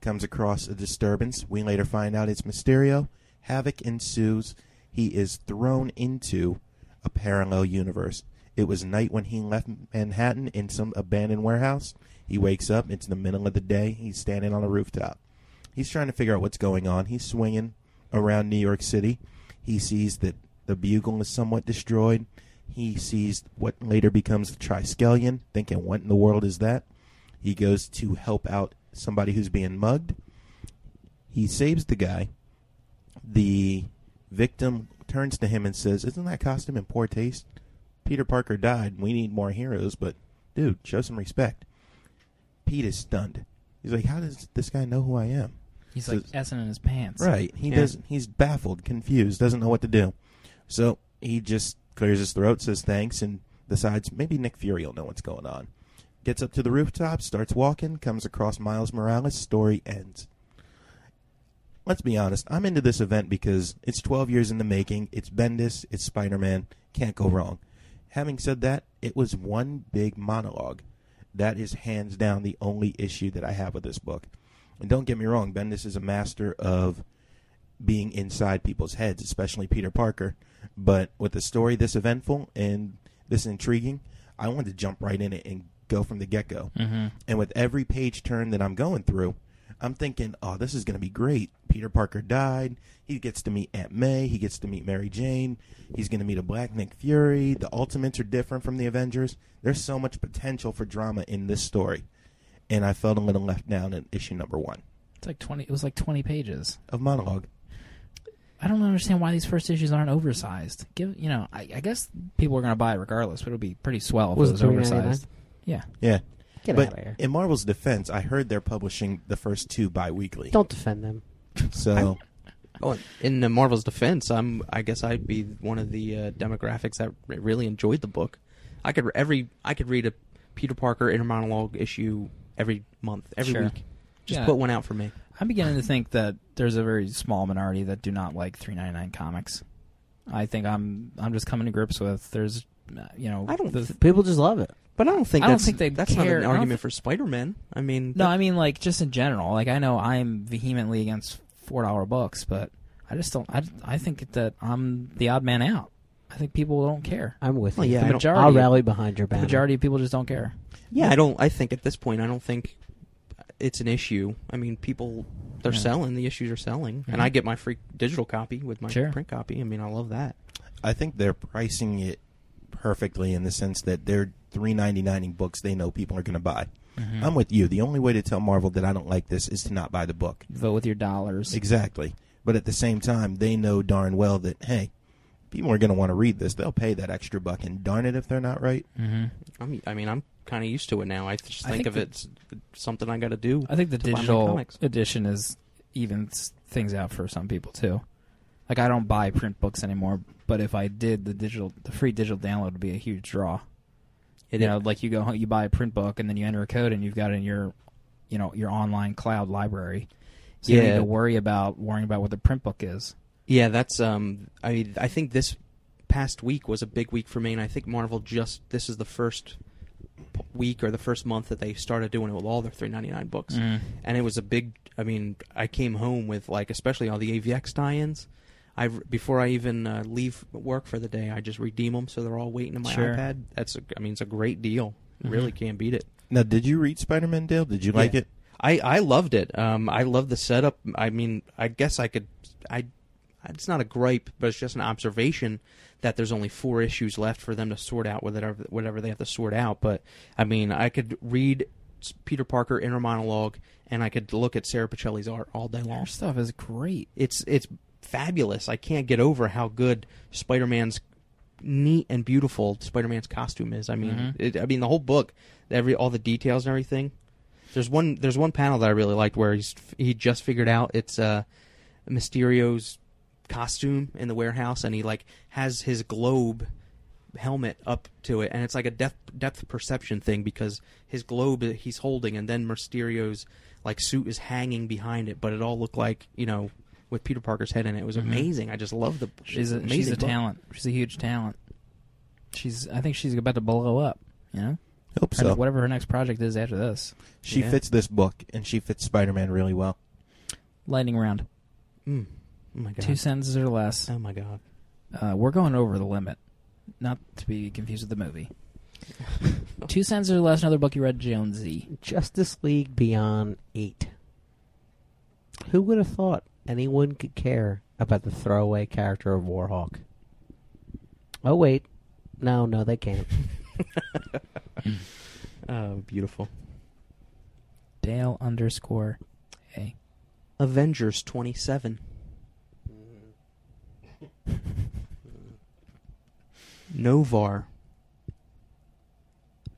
Speaker 5: comes across a disturbance. We later find out it's Mysterio. Havoc ensues. He is thrown into a parallel universe. It was night when he left Manhattan in some abandoned warehouse. He wakes up. It's the middle of the day. He's standing on a rooftop. He's trying to figure out what's going on. He's swinging around New York City. He sees that the bugle is somewhat destroyed. He sees what later becomes the Triskelion, thinking, what in the world is that? He goes to help out somebody who's being mugged. He saves the guy. The victim turns to him and says, Isn't that costume in poor taste? Peter Parker died. We need more heroes, but dude, show some respect. Pete is stunned. He's like, How does this guy know who I am?
Speaker 2: He's
Speaker 5: So-
Speaker 2: like essing in his pants.
Speaker 5: Right. He
Speaker 4: Yeah.
Speaker 5: doesn't. He's baffled, confused, doesn't know what to do. So he just clears his throat, says thanks, and decides maybe Nick Fury will know what's going on. Gets up to the rooftop, starts walking, comes across Miles Morales. Story ends. Let's be honest. I'm into this event because it's 12 years in the making. It's Bendis. It's Spider-Man. Can't go wrong. Having said that, it was one big monologue. That is hands down the only issue that I have with this book. And don't get me wrong, Bendis is a master of being inside people's heads, especially Peter Parker. But with a story this eventful and this intriguing, I wanted to jump right in it and go from the get go. Mm-hmm. And with every page turn that I'm going through, I'm thinking, oh, this is going to be great. Peter Parker died. He gets to meet Aunt May. He gets to meet Mary Jane. He's going to meet a black Nick Fury. The Ultimates are different from the Avengers. There's so much potential for drama in this story. And I felt a little left down in issue number one
Speaker 2: It's like twenty. It was like twenty pages.
Speaker 5: of monologue.
Speaker 2: I don't understand why these first issues aren't oversized. Give you know, I, I guess people are going to buy it regardless, but it would be pretty swell if
Speaker 6: Was
Speaker 2: it
Speaker 6: it
Speaker 2: was
Speaker 6: 3.99?
Speaker 2: oversized. Yeah,
Speaker 5: Yeah.
Speaker 6: Get
Speaker 5: but
Speaker 6: out of here.
Speaker 5: in Marvel's defense, I heard they're publishing the first two bi-weekly.
Speaker 6: Don't defend them.
Speaker 5: So
Speaker 4: Oh, in uh, Marvel's defense, I'm. I guess I'd be one of the uh, demographics that re- really enjoyed the book. I could re- every. I could read a Peter Parker inner monologue issue every month, every
Speaker 2: Sure.
Speaker 4: week. Just
Speaker 2: Yeah.
Speaker 4: put one out for me.
Speaker 2: I'm beginning to think that there's a very small minority that do not like 3.99 comics. I think I'm I'm just coming to grips with there's uh, you know
Speaker 4: I don't
Speaker 2: the,
Speaker 4: th-
Speaker 6: People just love it.
Speaker 4: But I don't think
Speaker 2: I don't
Speaker 4: that's
Speaker 2: think they
Speaker 4: that's not
Speaker 2: care. I
Speaker 4: an
Speaker 2: don't
Speaker 4: argument
Speaker 2: think-
Speaker 4: for Spider-Man. I mean,
Speaker 2: No, I mean like just in general. Like I know I'm vehemently against four dollar books, but I just don't. I I think that I'm the odd man out. I think people don't care.
Speaker 6: I'm with
Speaker 4: Well,
Speaker 6: you.
Speaker 4: yeah, I
Speaker 6: the
Speaker 4: don't-
Speaker 6: majority,
Speaker 4: I'll
Speaker 6: I'll
Speaker 4: rally
Speaker 6: rally behind your
Speaker 2: The
Speaker 6: banner.
Speaker 2: majority of people just don't care.
Speaker 4: yeah, I don't. I think at this point, I don't think it's an issue. I mean, people they're
Speaker 2: Yeah.
Speaker 4: selling. The issues are selling,
Speaker 2: Mhm.
Speaker 4: and I get my free digital copy with my
Speaker 2: Sure.
Speaker 4: print copy. I mean, I love that.
Speaker 5: I think they're pricing it perfectly in the sense that they're three ninety nine in books they know people are going to buy.
Speaker 4: Hmm.
Speaker 5: I'm with you. The only way to tell Marvel that I don't like this is to not buy the book.
Speaker 2: Vote with your dollars.
Speaker 5: Exactly. But at the same time, they know darn well that hey, people are going to want to read this. They'll pay that extra buck, and darn it if they're not right.
Speaker 4: I'm, I mean, I'm kind of used to it now. I just
Speaker 2: I
Speaker 4: think,
Speaker 2: think
Speaker 4: of
Speaker 2: the-
Speaker 4: it as something I got to do.
Speaker 2: I think the
Speaker 4: to buy my
Speaker 2: digital
Speaker 4: comics.
Speaker 2: edition is evens things out for some people too. Like I don't buy print books anymore, but if I did, the digital, the free digital download would be a huge draw.
Speaker 4: It
Speaker 2: you
Speaker 4: is-
Speaker 2: know, like you go home, you buy a print book, and then you enter a code, and you've got it in your, you know, your online cloud library. So you don't
Speaker 4: Yeah.
Speaker 2: need to worry about worrying about what the print book is.
Speaker 4: Yeah, that's um. I I think this past week was a big week for me, and I think Marvel just this is the first p- week or the first month that they started doing it with all their three ninety nine books,
Speaker 2: Mm.
Speaker 4: and it was a big. I mean, I came home with like especially all the AVX tie-ins. I before I even uh, leave work for the day, I just redeem them so they're all waiting in my
Speaker 2: Sure. Mm-hmm.
Speaker 4: iPad. That's a, I mean, it's a great deal. Really can't beat it.
Speaker 5: Now, did you read Spider Man Dale? Did you like
Speaker 4: Yeah.
Speaker 5: it?
Speaker 4: I, I loved it. Um, I love the setup. I mean, I guess I could. I it's not a gripe, but it's just an observation that there's only four issues left for them to sort out whatever whatever they have to sort out. But I mean, I could read s- Peter Parker inner monologue, and I could look at Sarah Pacelli's art all day long.
Speaker 2: Our stuff is great.
Speaker 4: It's it's fabulous. I can't get over how good Spider-Man's neat and beautiful Spider-Man's costume is. I mean, it, I mean the whole book, every all the details and everything. There's one there's one panel that I really liked where he's he just figured out it's uh Mysterio's costume in the warehouse and he like has his globe helmet up to it and it's like a depth depth perception thing because his globe that he's holding and then Mysterio's like suit is hanging behind it but it all looked like, you know, with Peter Parker's head in it. It was amazing. I just love the
Speaker 2: Mm-hmm. She's a,
Speaker 4: amazing
Speaker 2: she's a
Speaker 4: book.
Speaker 2: talent. She's a huge talent. She's. I think she's about to blow up. You know,
Speaker 5: Hope
Speaker 2: Her-
Speaker 5: so.
Speaker 2: whatever her next project is after this.
Speaker 5: she
Speaker 4: Yeah.
Speaker 5: fits this book, and she fits Spider Man really well.
Speaker 2: Lightning round.
Speaker 4: Mm. Oh my god.
Speaker 2: Two sentences or less.
Speaker 4: Oh
Speaker 2: [laughs]
Speaker 4: my god.
Speaker 2: Uh, we're going over the limit. Not to be confused with the [laughs] movie. Two cents or less. Another book you read, Jonesy.
Speaker 6: Justice League Beyond 8. Who would have thought anyone could care about the throwaway character of Warhawk? Oh, wait. No, no, they
Speaker 4: [laughs]
Speaker 6: can't.
Speaker 2: Mm.
Speaker 4: Oh, beautiful.
Speaker 2: Dale underscore A.
Speaker 4: Avengers 27. Novar.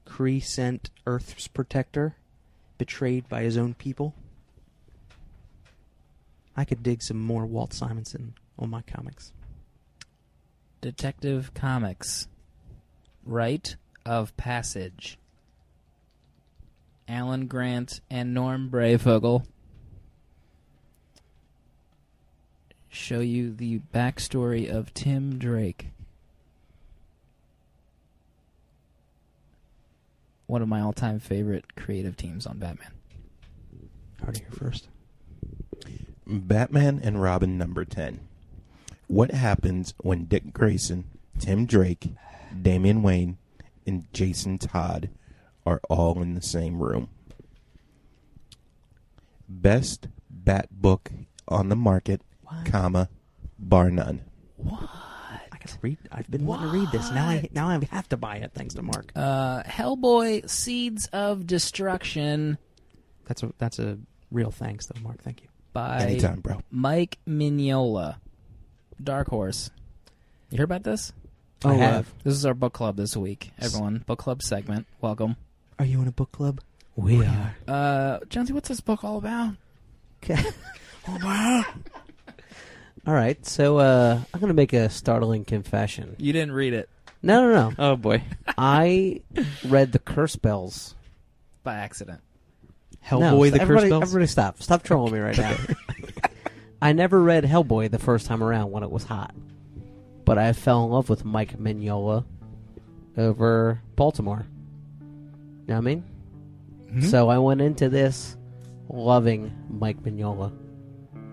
Speaker 4: Kree sent Earth's protector, betrayed by his own people. I could dig some more Walt Simonson on my comics.
Speaker 2: Detective Comics. Rite of Passage. Alan Grant and Norm Brayfogle show you the backstory of Tim Drake. One of my all time favorite creative teams on Batman.
Speaker 4: Heard it here first.
Speaker 5: Batman and Robin number 10. What happens when Dick Grayson, Tim Drake, Damian Wayne, and Jason Todd are all in the same room? Best bat book on the market, comma, bar none.
Speaker 4: I gotta read. I've been wanting to read this. Now I now I have to buy it. Thanks to Mark.
Speaker 2: Uh, Hellboy Seeds of Destruction
Speaker 4: That's a that's a real thanks though, Mark. Thank you.
Speaker 2: by
Speaker 5: Anytime, bro.
Speaker 2: Mike Mignola, Dark Horse. You hear about this?
Speaker 4: Oh,
Speaker 6: I have.
Speaker 2: This is our book club this week, everyone. Book club segment. Welcome.
Speaker 4: Are you in a book club?
Speaker 6: we are.
Speaker 2: Uh, Jonesy, what's this book all about?
Speaker 6: All right, so uh, I'm going to make a startling confession.
Speaker 2: You didn't read it
Speaker 6: No, no, no.
Speaker 4: Oh boy.
Speaker 6: I read the curse bells.
Speaker 2: by accident.
Speaker 6: no,
Speaker 4: Hellboy, the
Speaker 6: everybody,
Speaker 4: curse bells.
Speaker 6: Everybody stop. Stop trolling me right
Speaker 4: [laughs]
Speaker 6: now. I never read Hellboy the first time around when it was hot. But I fell in love with Mike Mignola over Baltimore. know what I mean?
Speaker 2: Hmm? Mm-hmm.
Speaker 6: So I went into this loving Mike Mignola,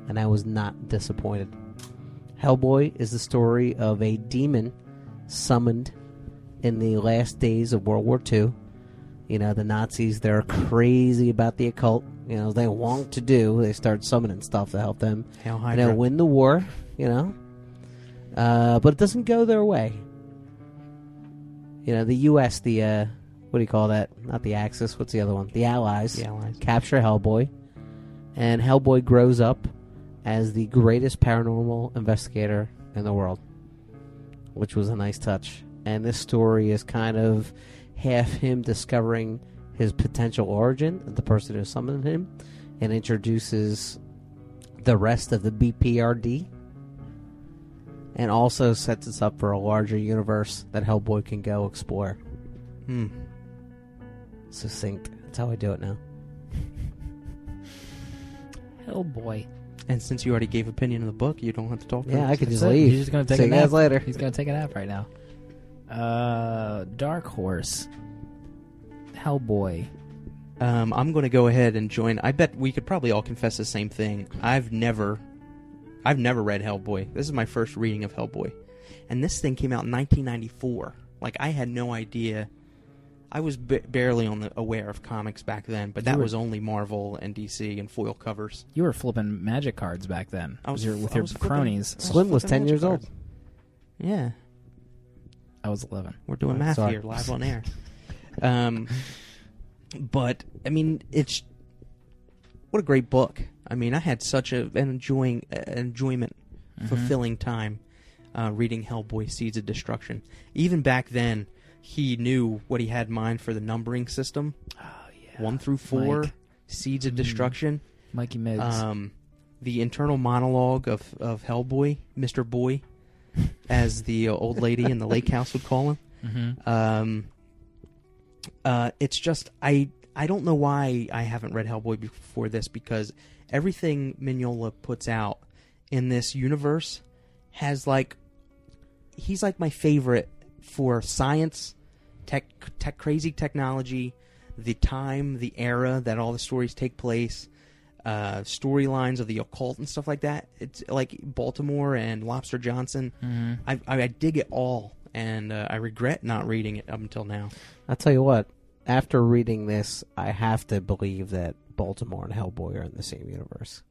Speaker 6: and I was not disappointed. Hellboy is the story of a demon summoned in the last days of World War II. You know, the Nazis, they're crazy about the occult. You know, they want to do, they start summoning stuff to help them,
Speaker 4: Hail
Speaker 6: you
Speaker 4: Hydra.
Speaker 6: know, win the war, you know. Uh, but it doesn't go their way. You know, the U.S., the, uh, what do you call that? Not the Axis, what's the other one? The Allies
Speaker 4: The Allies.
Speaker 6: capture Hellboy, and Hellboy grows up as the greatest paranormal investigator in the world, which was a nice touch. And this story is kind of half him discovering his potential origin, the person who summoned him, and introduces the rest of the BPRD, and also sets us up for a larger universe that Hellboy can go explore.
Speaker 4: [laughs] Hmm.
Speaker 6: Succinct. That's how I do it now.
Speaker 2: Hellboy.
Speaker 4: And since you already gave opinion of the book, you don't have to talk. for
Speaker 6: Yeah,
Speaker 4: it.
Speaker 6: I could just
Speaker 2: That's it.
Speaker 6: leave.
Speaker 2: He's just gonna take
Speaker 6: See
Speaker 2: a
Speaker 6: you
Speaker 2: nap.
Speaker 6: guys later.
Speaker 2: He's gonna take a nap right now. Uh, Dark Horse, Hellboy.
Speaker 4: Um, I'm going to go ahead and join. I bet we could probably all confess the same thing. I've never, I've never read Hellboy. This is my first reading of Hellboy, and this thing came out in 1994. Like I had no idea. I was b- barely on the aware of comics back then, but that
Speaker 2: were-
Speaker 4: was only Marvel and DC and foil covers.
Speaker 2: You were flipping magic cards back then.
Speaker 4: I was
Speaker 2: with your,
Speaker 4: fl-
Speaker 2: with
Speaker 4: I
Speaker 2: your
Speaker 4: was flipping-
Speaker 2: cronies.
Speaker 6: Slim was
Speaker 4: flipping
Speaker 6: 10 years
Speaker 4: magic
Speaker 6: old.
Speaker 4: Yeah,
Speaker 2: I was eleven.
Speaker 4: We're doing
Speaker 6: Oh,
Speaker 4: math
Speaker 6: sorry.
Speaker 4: here, live on air. Um, but I mean, it's what a great book. I mean, I had such a, an enjoying uh, enjoyment, fulfilling time uh, reading Hellboy: Seeds of Destruction. Even back then, he knew what he had in mind for the numbering system.
Speaker 2: Oh,
Speaker 4: One through four,
Speaker 2: Mike.
Speaker 4: Seeds of Destruction.
Speaker 2: Mikey Miggs.
Speaker 4: Um, the internal monologue of of Hellboy, Mister Boy, as the uh, old lady in the lake house would call him
Speaker 2: hmm
Speaker 4: um, uh, it's just I I don't know why I haven't read Hellboy before this because everything Mignola puts out in this universe has like he's like my favorite for science, tech, tech crazy technology, the time, the era that all the stories take place. Uh, storylines of the occult and stuff like that. It's like Baltimore and Lobster Johnson. I, I, I dig it all, and uh, I regret not reading it up until now.
Speaker 6: I'll tell you what, after reading this, I have to believe that Baltimore and Hellboy are in the same universe.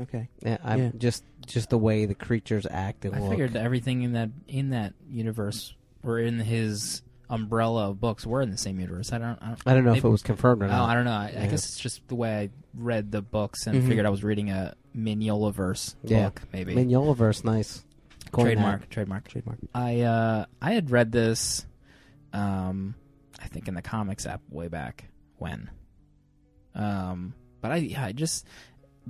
Speaker 4: Okay.
Speaker 6: Yeah, I'm
Speaker 4: Yeah.
Speaker 6: just just the way the creatures act and
Speaker 2: I
Speaker 6: look.
Speaker 2: figured everything in that in that universe or in his umbrella of books were in the same universe. I don't. I don't,
Speaker 6: I don't know if
Speaker 2: maybe-
Speaker 6: it was confirmed or
Speaker 2: Oh, I
Speaker 6: not.
Speaker 2: don't know. I, I
Speaker 6: Yeah.
Speaker 2: guess it's just the way I read the books and
Speaker 4: Mhm.
Speaker 2: figured I was reading a Mignola verse
Speaker 6: Yeah.
Speaker 2: book, maybe.
Speaker 6: Mignola verse, nice. Coin that.
Speaker 2: trademark, trademark, trademark. I uh, I had read this, um, I think in the comics app way back when. Um, but I, yeah, I just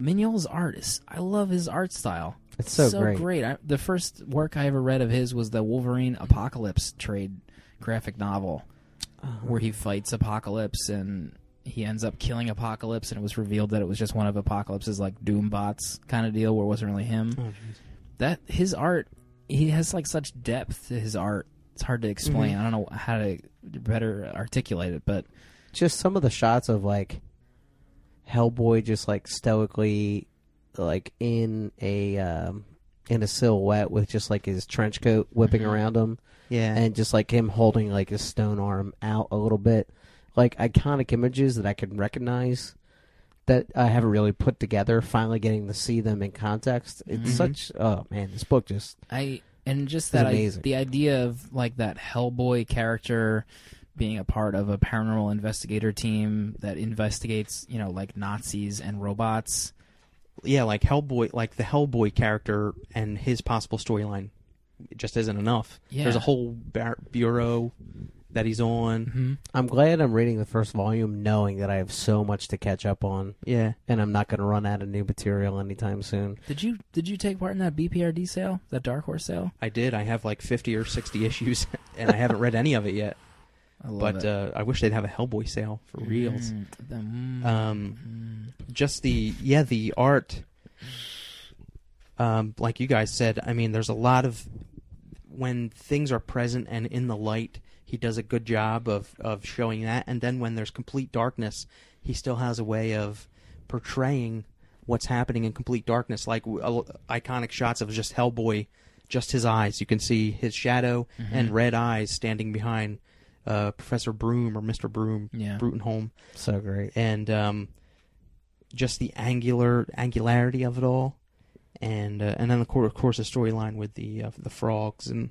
Speaker 2: Mignola's art is. I love his art style.
Speaker 6: It's so, great.
Speaker 2: I, the first work I ever read of his was the Wolverine Apocalypse trade graphic novel,
Speaker 6: Uh,
Speaker 2: where he fights Apocalypse and he ends up killing Apocalypse, and it was revealed that it was just one of Apocalypse's like doom bots kind of deal, where it wasn't really him.
Speaker 4: Oh,
Speaker 2: that his art, he has like such depth to his art. It's hard to explain.
Speaker 6: Mm-hmm.
Speaker 2: I don't know how to better articulate it, but
Speaker 6: Just some of the shots of like Hellboy just like stoically like in a um in a silhouette with just like his trench coat whipping
Speaker 2: Mm-hmm.
Speaker 6: around him.
Speaker 4: Yeah.
Speaker 6: and just like him holding like his stone arm out a little bit, like iconic images that I can recognize that I haven't really put together. Finally, getting to see them in context. It's such oh man, this book just
Speaker 2: I and just that I,
Speaker 6: amazing.
Speaker 2: the idea of like that Hellboy character being a part of a paranormal investigator team that investigates, you know, like Nazis and robots.
Speaker 4: yeah, like Hellboy, like the Hellboy character and his possible storyline it just isn't enough.
Speaker 2: Yeah.
Speaker 4: There's a whole bar- bureau that he's on.
Speaker 6: I'm glad I'm reading the first volume, knowing that I have so much to catch up on,
Speaker 4: Yeah.
Speaker 6: and I'm not going to run out of new material anytime soon.
Speaker 2: Did you did you take part in that BPRD sale, that Dark Horse sale?
Speaker 4: I did. I have like 50 or 60 issues, [laughs] and I haven't read any of it yet.
Speaker 2: I love it.
Speaker 4: But uh, I wish they'd have a Hellboy sale for reals.
Speaker 2: Mm, the- mm,
Speaker 4: Um,
Speaker 2: mm.
Speaker 4: just the yeah the art um like you guys said i mean there's a lot of when things are present and in the light he does a good job of of showing that. And then when there's complete darkness, he still has a way of portraying what's happening in complete darkness, like w- a- iconic shots of just Hellboy, just his eyes. You can see his shadow
Speaker 2: Mm-hmm.
Speaker 4: and red eyes standing behind uh, Professor Broom or Mister Broom,
Speaker 2: Yeah.
Speaker 4: Brutenholm
Speaker 6: So great.
Speaker 4: and um, just the angular angularity of it all, and uh, and then of course, of course the storyline with the uh, the frogs and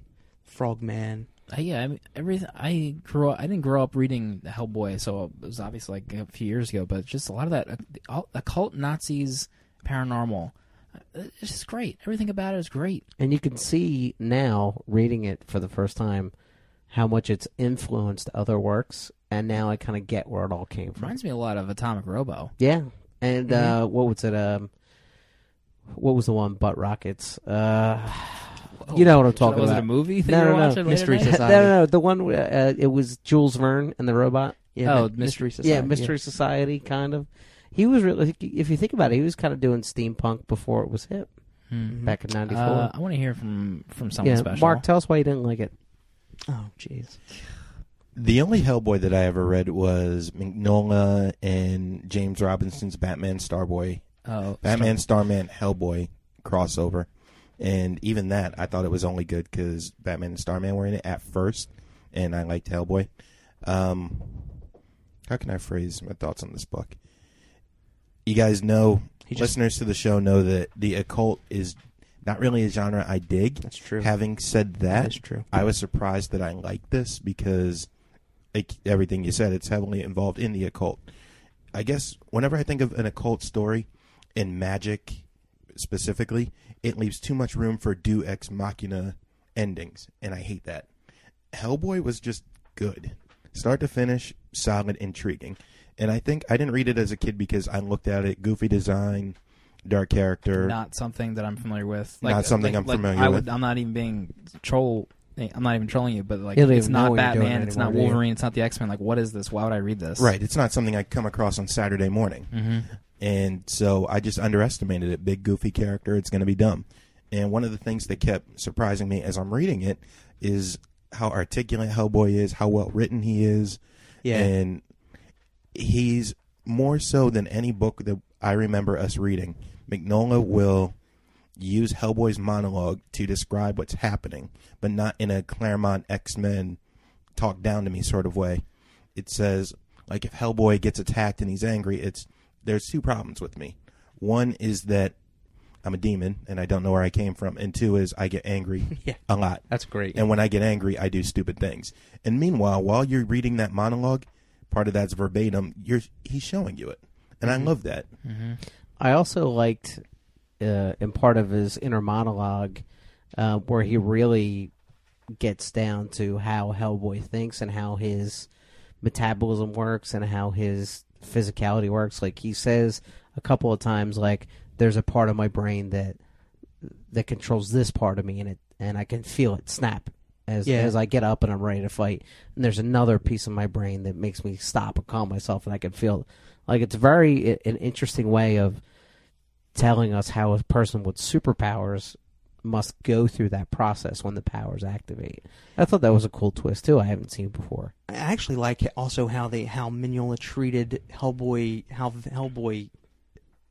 Speaker 4: Frogman.
Speaker 2: Uh, yeah, I mean, everything. I grew. Up, I didn't grow up reading Hellboy, so it was obviously like a few years ago. But just a lot of that uh, the occult- occult Nazis, paranormal. uh, It's just great. Everything about it is great.
Speaker 6: And you can see now, reading it for the first time, how much it's influenced other works. And now I kind of get where it all came from.
Speaker 2: Reminds me a lot of Atomic Robo.
Speaker 6: Yeah, and uh, what was it? Um, what was the one? Butt rockets. Uh, you know what I'm talking
Speaker 2: was
Speaker 6: about?
Speaker 2: it a movie Oh, that
Speaker 6: No,
Speaker 2: you were
Speaker 6: no, no.
Speaker 2: watching? later
Speaker 6: [laughs]
Speaker 4: Mystery
Speaker 2: tonight?
Speaker 4: Society.
Speaker 6: no, no, no. The one where, uh, it was Jules Verne and the robot.
Speaker 4: Yeah,
Speaker 2: Oh,
Speaker 4: Mi-
Speaker 2: Mys-
Speaker 4: Mystery Society.
Speaker 6: yeah, Mystery Society, kind of. He was really. If you think about it, he was kind of doing steampunk before it was hip
Speaker 2: Hmm.
Speaker 6: back in '94.
Speaker 2: Uh, I want to hear from from someone
Speaker 6: yeah,
Speaker 2: special.
Speaker 6: Mark, tell us why you didn't like it.
Speaker 4: Oh, jeez.
Speaker 5: The only Hellboy that I ever read was Mignola and James Robinson's Batman Starboy.
Speaker 2: oh,
Speaker 5: Batman, Starman, Hellboy crossover. And even that, I thought it was only good because Batman and Starman were in it at first, and I liked Hellboy. Um, how can I phrase my thoughts on this book? You guys know,
Speaker 4: He just-
Speaker 5: listeners to the show know that the occult is not really a genre I dig.
Speaker 4: That's true.
Speaker 5: Having said that,
Speaker 4: That is true.
Speaker 5: I was surprised that I liked this because, like everything you said, it's heavily involved in the occult. I guess whenever I think of an occult story and magic specifically, it leaves too much room for do ex machina endings, and I hate that. Hellboy was just good, start to finish, solid, intriguing. And I think I didn't read it as a kid because I looked at it goofy design, dark character.
Speaker 2: not something that I'm familiar with.
Speaker 5: Not something
Speaker 2: like-
Speaker 5: I'm
Speaker 2: like,
Speaker 5: familiar
Speaker 2: I
Speaker 5: with.
Speaker 2: I'm not even being troll. I'm not even trolling you, but like
Speaker 6: You don't
Speaker 2: it's
Speaker 6: even know
Speaker 2: not
Speaker 6: what you're doing
Speaker 2: Batman, it's not
Speaker 6: anymore, do you?
Speaker 2: Wolverine, it's not the X Men. Like, what is this? Why would I read this?
Speaker 5: Right, it's not something I come across on Saturday morning.
Speaker 2: hmm
Speaker 5: and so I just underestimated it. Big goofy character, it's going to be dumb. And one of the things that kept surprising me as I'm reading it is how articulate Hellboy is, how well written he is,
Speaker 4: Yeah.
Speaker 5: and he's more so than any book that I remember us reading. Magnola will use Hellboy's monologue to describe what's happening, but not in a Claremont X Men talk down to me sort of way. It says like if Hellboy gets attacked and he's angry, it's there's two problems with me. One is that I'm a demon and I don't know where I came from, and two is I get angry
Speaker 4: [laughs] Yeah.
Speaker 5: a lot.
Speaker 4: That's great.
Speaker 5: And when I get angry, I do stupid things. And meanwhile, while you're reading that monologue, part of that's verbatim. You're he's showing you it, and
Speaker 2: Mm-hmm.
Speaker 5: I love that.
Speaker 6: I also liked, uh, in part of his inner monologue, uh, where he really gets down to how Hellboy thinks and how his metabolism works and how his physicality works. Like he says a couple of times, like there's a part of my brain that that controls this part of me, and it and I can feel it snap as
Speaker 4: Yeah.
Speaker 6: as I get up and I'm ready to fight. And there's another piece of my brain that makes me stop and calm myself, and I can feel it. like it's very i- an interesting way of telling us how a person with superpowers must go through that process when the powers activate. I thought that was a cool twist too. I haven't seen before.
Speaker 4: I actually like also how they how Mignola treated Hellboy, how Hellboy,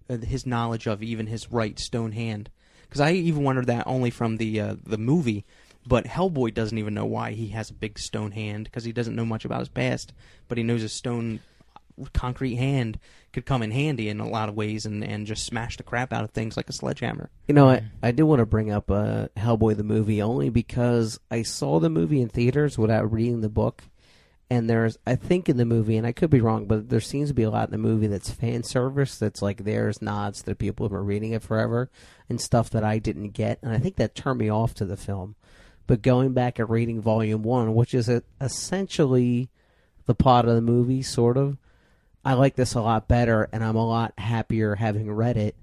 Speaker 4: uh, his knowledge of even his right stone hand, because I even wondered that only from the uh, the movie, but Hellboy doesn't even know why he has a big stone hand because he doesn't know much about his past, but he knows his stone uh, concrete hand could come in handy in a lot of ways and and just smash the crap out of things like a sledgehammer.
Speaker 6: You know, I, I do want to bring up uh, Hellboy the movie only because I saw the movie in theaters without reading the book. And there's, I think, in the movie, and I could be wrong, but there seems to be a lot in the movie that's fan service. That's like there's nods to people who've been reading it forever and stuff that I didn't get. And I think that turned me off to the film. But going back and reading Volume One, which is a, essentially the plot of the movie, sort of, I like this a lot better, and I'm a lot happier having read it.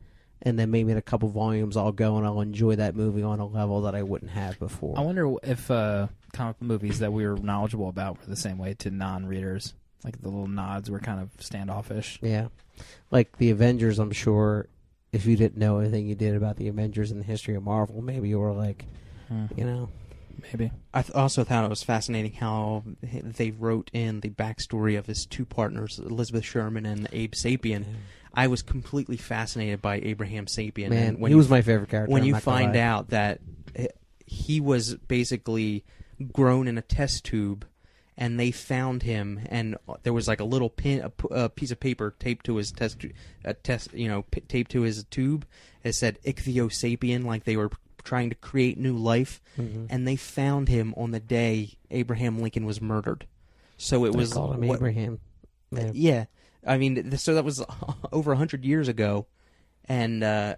Speaker 6: And then maybe in a couple volumes, I'll go and I'll enjoy that movie on a level that I wouldn't have before.
Speaker 2: I wonder if uh, comic movies that we were knowledgeable about were the same way to non-readers. Like the little nods were kind of standoffish.
Speaker 6: yeah, like the Avengers. I'm sure if you didn't know anything you did about the Avengers in the history of Marvel, maybe you were like, you know,
Speaker 2: Maybe.
Speaker 4: I th- also thought it was fascinating how h- they wrote in the backstory of his two partners, Elizabeth Sherman and Abe Sapien. I was completely fascinated by Abraham Sapien.
Speaker 6: Man,
Speaker 4: and when
Speaker 6: he
Speaker 4: you-
Speaker 6: was my favorite character.
Speaker 4: When
Speaker 6: I'm
Speaker 4: you
Speaker 6: not gonna
Speaker 4: find
Speaker 6: lie.
Speaker 4: out that h- he was basically grown in a test tube, and they found him, and uh, there was like a little pin, a, p- a piece of paper taped to his test, tu- a test, you know, p- taped to his tube. It said Ichthyosapien, like they were trying to create new life,
Speaker 6: Mm-hmm.
Speaker 4: and they found him on the day Abraham Lincoln was murdered. So it
Speaker 6: They
Speaker 4: was
Speaker 6: called him
Speaker 4: what- e
Speaker 6: Abraham. Yeah.
Speaker 4: yeah, I mean, th- so that was [laughs] over hundred years ago, and uh,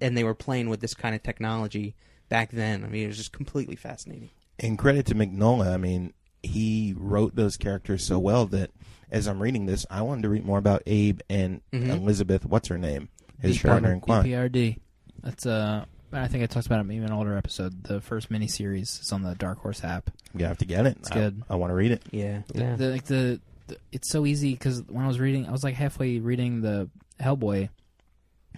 Speaker 4: and they were playing with this kind of technology back then. I mean, it was just completely fascinating.
Speaker 5: And credit to McNola. I mean, he wrote those characters so well that as I'm reading this, I wanted to read more about Abe and
Speaker 2: Mm-hmm.
Speaker 4: Mhm.
Speaker 5: Elizabeth. What's her name? His
Speaker 2: BP
Speaker 5: partner in
Speaker 2: E
Speaker 5: crime.
Speaker 2: BPRD. That's uh, I think I talked about it maybe in an older episode. The first miniseries is on the Dark Horse app.
Speaker 5: You have to get it.
Speaker 2: It's
Speaker 5: I,
Speaker 2: good.
Speaker 5: I want to read it.
Speaker 4: Yeah,
Speaker 6: Yeah.
Speaker 2: The, like the, the it's so easy because when I was reading, I was like halfway reading the Hellboy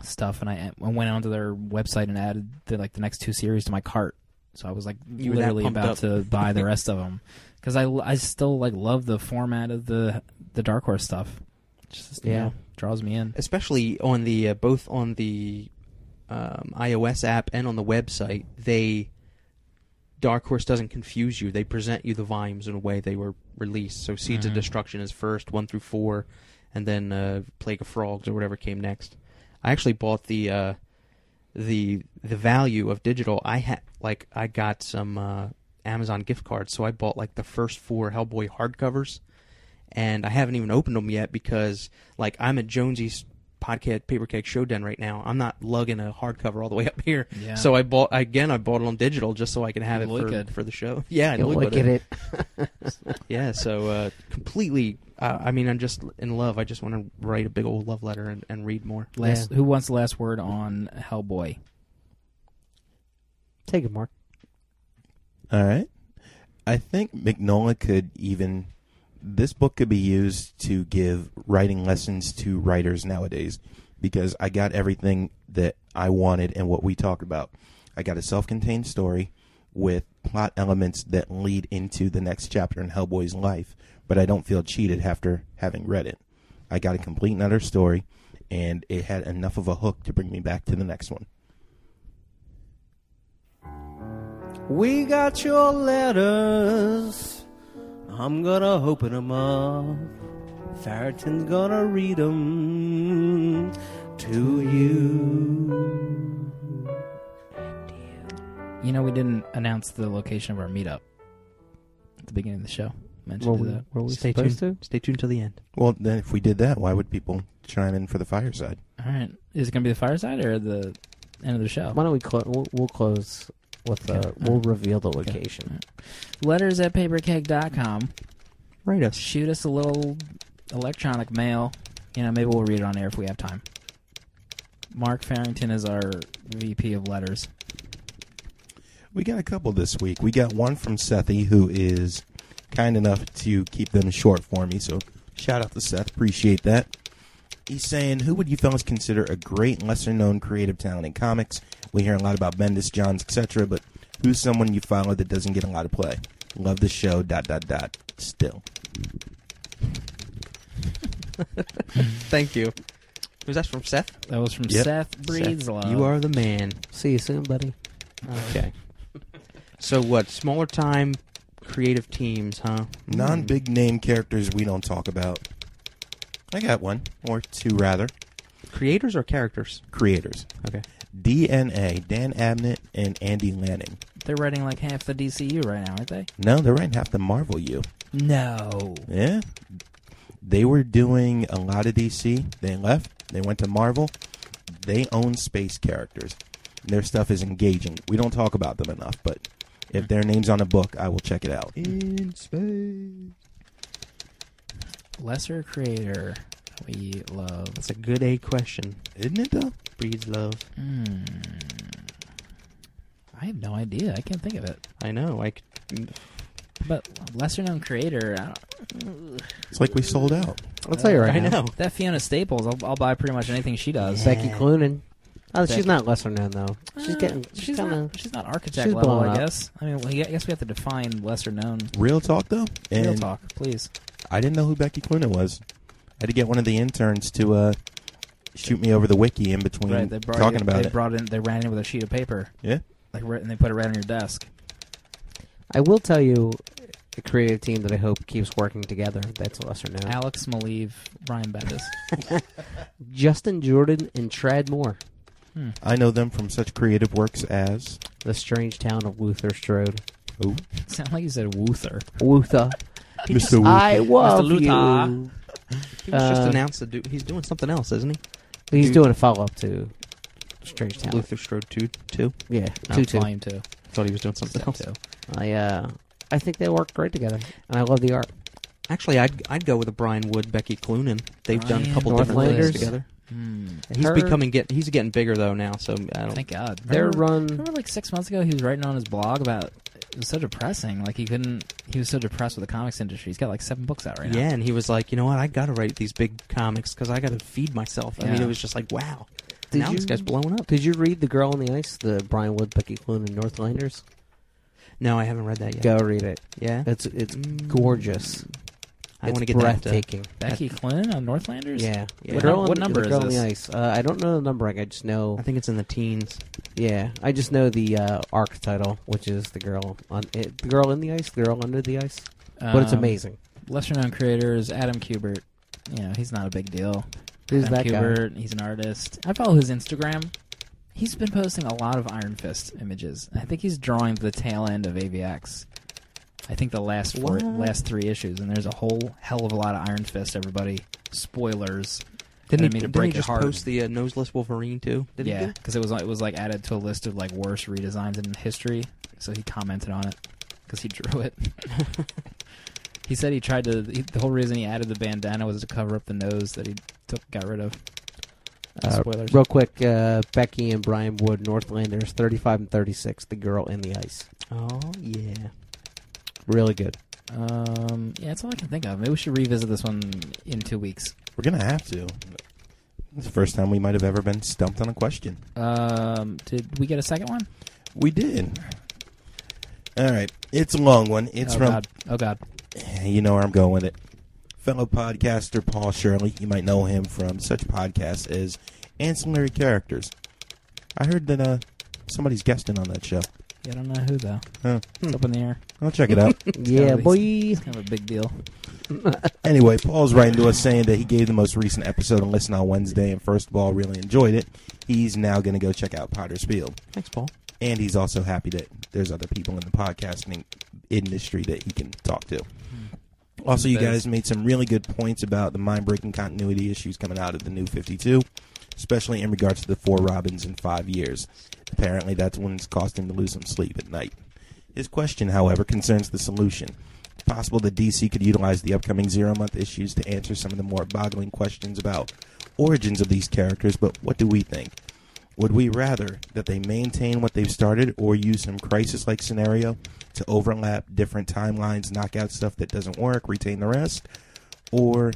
Speaker 2: stuff, and I, I went onto their website and added the, like the next two series to my cart. So I was like
Speaker 4: You were that
Speaker 2: literally
Speaker 4: pumped
Speaker 2: about
Speaker 4: up.
Speaker 2: to buy the rest of
Speaker 4: [laughs]
Speaker 2: them because I, I still like love the format of the the Dark Horse stuff. It's Just, yeah,
Speaker 6: Yeah.
Speaker 2: draws me in.
Speaker 4: especially on the uh, both on the um, iOS app and on the website, they Dark Horse doesn't confuse you. They present you the volumes in a way they were released. So Seeds
Speaker 2: Mhm.
Speaker 4: of Destruction is first, one through four, and then uh, Plague of Frogs or whatever came next. I actually bought the uh, the the value of digital. I had like I got some uh, Amazon gift cards, so I bought like the first four Hellboy hardcovers, and I haven't even opened them yet because like I'm at Jonesy's podcast paper cake show den right now. I'm not lugging a hardcover all the way up [laughs] here.
Speaker 2: Yeah.
Speaker 4: So I bought again. I bought it on digital just so I can have it
Speaker 2: Look
Speaker 4: for,
Speaker 2: good.
Speaker 4: for the show. Yeah, I
Speaker 6: You
Speaker 4: look
Speaker 6: look
Speaker 4: good.
Speaker 6: at it.
Speaker 4: Yeah, so uh, completely. Uh, I mean, I'm just in love. I just want to write a big old love letter and, and read more.
Speaker 2: Last, who wants the last word on Hellboy?
Speaker 6: Take it, Mark.
Speaker 5: All right. I think Magnola could even this book could be used to give writing lessons to writers nowadays because I got everything that I wanted and what we talked about. I got a self-contained story with plot elements that lead into the next chapter in Hellboy's life, but I don't feel cheated after having read it. I got a complete and utter story and it had enough of a hook to bring me back to the next one.
Speaker 7: We got your letters. I'm gonna open 'em up. Farrington's gonna read 'em to you.
Speaker 2: You know, we didn't announce the location of our meetup at the beginning of the show. Mentioned
Speaker 6: Were we-
Speaker 2: that.
Speaker 6: were we
Speaker 4: Stay
Speaker 6: supposed
Speaker 4: tuned. Stay tuned till the end.
Speaker 5: Well, then if we did that, why would people chime in for the fireside?
Speaker 2: All right, is it going to be the fireside or the end of the show?
Speaker 6: Why don't we close? We'll, we'll close with uh,
Speaker 2: Okay.
Speaker 6: we'll reveal the
Speaker 2: Okay.
Speaker 6: location.
Speaker 2: Letters at papercake.com.
Speaker 4: Write us.
Speaker 2: Shoot us a little electronic mail. You know, maybe we'll read it on air if we have time. Mark Farrington is our VP of letters.
Speaker 5: We got a couple this week. We got one from Sethy, who is kind enough to keep them short for me. So shout out to Seth. Appreciate that. He's saying, Who would you fellas consider a great, lesser known creative talent in comics? We hear a lot about Bendis, Johns, etc., but who's someone you follow that doesn't get a lot of play? Love the show, dot, dot, dot. Still.
Speaker 4: Thank you. Was that from Seth?
Speaker 2: That was from
Speaker 5: Yep.
Speaker 2: Seth Breedslove.
Speaker 4: You are the man.
Speaker 6: See you soon, buddy. [laughs]
Speaker 4: Okay. so what? Smaller time, creative teams, huh? Hmm.
Speaker 5: Non big name characters we don't talk about. I got one, or two rather.
Speaker 4: Creators or characters?
Speaker 5: Creators
Speaker 4: Okay.
Speaker 5: DNA, Dan Abnett and Andy Lanning.
Speaker 2: They're writing like half the DCU right now, aren't they?
Speaker 5: No, they're writing half the Marvel you.
Speaker 2: No.
Speaker 5: Yeah. They were doing a lot of DC. They left. They went to Marvel. They own space characters. Their stuff is engaging. We don't talk about them enough, but if their name's on a book, I will check it out.
Speaker 4: In space.
Speaker 2: Lesser creator. We love.
Speaker 4: That's a good A question.
Speaker 5: Isn't it though?
Speaker 4: Breeds love.
Speaker 2: Hmm. I have no idea. I can't think of it.
Speaker 4: I know. I could,
Speaker 2: But lesser known creator, I don't,
Speaker 5: It's like we sold out.
Speaker 6: I'll tell you right
Speaker 4: I
Speaker 6: now.
Speaker 4: know.
Speaker 2: that Fiona Staples, I'll, I'll buy pretty much anything she does.
Speaker 6: Becky Cloonan. Oh, she's not lesser known though. She's getting. She's,
Speaker 2: Uh, She's
Speaker 6: kind of.
Speaker 2: not. She's not architect
Speaker 6: she's
Speaker 2: level.
Speaker 6: blowing
Speaker 2: I
Speaker 6: up.
Speaker 2: guess. I mean, well, yeah, I guess we have to define lesser known.
Speaker 5: Real talk though, and
Speaker 2: Real talk, please.
Speaker 5: I didn't know who Becky Cloonan was. I had to get one of the interns to uh, shoot me over the wiki in between
Speaker 2: Right. They brought.
Speaker 5: talking
Speaker 2: you-
Speaker 5: about
Speaker 2: they
Speaker 5: it.
Speaker 2: brought in. They ran in with a sheet of paper.
Speaker 5: Yeah.
Speaker 2: Like, right- and they put it right on your desk.
Speaker 6: I will tell you, the creative team that I hope keeps working together. That's lesser known.
Speaker 2: Alex Maleev, Brian
Speaker 6: [laughs]
Speaker 2: Bendis.
Speaker 6: Justin Jordan and Trad Moore.
Speaker 2: Hmm.
Speaker 5: I know them from such creative works as
Speaker 6: The strange town of Luther Strode.
Speaker 5: [laughs] oh,
Speaker 2: Sound like you said Wuther.
Speaker 6: Luther.
Speaker 5: Mr. Wu.
Speaker 6: I love
Speaker 4: Mr. Luther.
Speaker 6: you.
Speaker 4: He was just
Speaker 6: Uh,
Speaker 4: announced to do. He's doing something else, isn't he?
Speaker 6: He's
Speaker 4: Dude.
Speaker 6: doing a follow up to Strange Town.
Speaker 4: Luther Strode two two.
Speaker 6: Yeah,
Speaker 2: No,
Speaker 6: two two.
Speaker 2: Volume two.
Speaker 4: Thought he was doing something
Speaker 2: Step
Speaker 4: else.
Speaker 2: two.
Speaker 6: I uh, I think they work great together, and I love the art.
Speaker 4: Actually, I'd I'd go with a Brian Wood, Becky Cloonan. They've done a
Speaker 2: Brian
Speaker 4: couple different
Speaker 6: Northlanders.
Speaker 4: things together.
Speaker 2: Hmm.
Speaker 4: He's
Speaker 6: Her-
Speaker 4: becoming get he's getting bigger though now. So I don't.
Speaker 2: Thank God.
Speaker 6: Their
Speaker 2: Remember-
Speaker 6: run.
Speaker 2: Remember, like six months ago, he was writing on his blog about it was so depressing. Like he couldn't. He was so depressed with the comics industry. He's got like seven books out right now.
Speaker 4: yeah, and he was like, you know what? I got to write these big comics because I got to feed myself. I mean,
Speaker 2: Yeah.
Speaker 4: it was just like, wow.
Speaker 6: Did
Speaker 4: now
Speaker 6: you-
Speaker 4: this guy's blowing up.
Speaker 6: Did you read The Girl on the Ice, the Brian Wood, Becky Cloonan, Northlanders?
Speaker 4: No, I haven't read that yet.
Speaker 6: Go read it.
Speaker 4: Yeah,
Speaker 6: It's it's
Speaker 4: Mm.
Speaker 6: gorgeous.
Speaker 4: I want
Speaker 6: It's
Speaker 4: to get that. uh,
Speaker 6: breathtaking.
Speaker 2: Becky Clinton on Northlanders.
Speaker 6: Yeah.
Speaker 4: Yeah.
Speaker 6: The girl
Speaker 2: What
Speaker 6: on,
Speaker 2: num- what number
Speaker 6: the
Speaker 2: is
Speaker 6: girl
Speaker 2: this?
Speaker 6: on the ice? Uh, I don't know the numbering. I just know.
Speaker 4: I think it's in the teens.
Speaker 6: Yeah, I just know the uh, arc title, which is the girl on it, the girl in the ice, the girl under the ice. But it's
Speaker 2: Um,
Speaker 6: amazing.
Speaker 2: Lesser known creator is Adam Kubert. You know, he's not a big deal.
Speaker 6: Who's
Speaker 2: Adam
Speaker 6: that guy?
Speaker 2: Kubert, He's an artist. I follow his Instagram. He's been posting a lot of Iron Fist images. I think he's drawing the tail end of AVX. I think the last four,
Speaker 4: What?
Speaker 2: last three issues, and there's a whole hell of a lot of Iron Fist. Everybody, spoilers.
Speaker 4: Didn't
Speaker 2: I
Speaker 4: he,
Speaker 2: mean, to
Speaker 4: didn't
Speaker 2: break
Speaker 4: he
Speaker 2: your
Speaker 4: just
Speaker 2: heart.
Speaker 4: post the uh, noseless Wolverine too? Did
Speaker 2: yeah,
Speaker 4: He do?
Speaker 2: because it was it was like added to a list of like worst redesigns in history. So he commented on it because he drew it. he said he tried to. He, the whole reason he added the bandana was to cover up the nose that he took got rid of.
Speaker 6: Uh,
Speaker 2: Spoilers.
Speaker 6: real quick, uh, Becky and Brian Wood, Northlanders, thirty-five and thirty-six. The girl in the ice,
Speaker 4: Oh yeah.
Speaker 2: [laughs]
Speaker 6: really good.
Speaker 2: Um, yeah, that's all I can think of. Maybe we should revisit this one in two weeks.
Speaker 5: We're gonna have to. It's the first time we might have ever been stumped on a question.
Speaker 2: Um, did we get a second one?
Speaker 5: We did. All right, it's a long one. It's
Speaker 2: oh
Speaker 5: from eh,
Speaker 2: God! Oh God!
Speaker 5: you know where I'm going with it. Fellow podcaster Paul Shirley, you might know him from such podcasts as Ancillary Characters. I heard that uh, somebody's guesting on that show.
Speaker 2: Yeah, I don't know who though.
Speaker 5: Huh.
Speaker 2: It's up in the air.
Speaker 5: I'll check
Speaker 6: [laughs]
Speaker 5: it out.
Speaker 6: yeah,
Speaker 2: gotta be-
Speaker 6: boy.
Speaker 2: It's kind of a big deal.
Speaker 5: anyway, Paul's writing to us saying that he gave the most recent episode and listen on Wednesday, and first of all, really enjoyed it. He's now going to go check out Potter's Field,
Speaker 4: Thanks, Paul.
Speaker 5: and he's also happy that there's other people in the podcasting industry that he can talk to. Also, you
Speaker 2: That
Speaker 5: guys made some really good points about the mind-breaking continuity issues coming out of the new 52, especially in regards to the four Robins in five years. Apparently, that's when it's caused him to lose some sleep at night. His question, however, concerns the solution. It's possible that DC could utilize the upcoming zero-month issues to answer some of the more boggling questions about origins of these characters, but what do we think? Would we rather that they maintain what they've started or use some crisis like scenario to overlap different timelines, knock out stuff that doesn't work, retain the rest? Or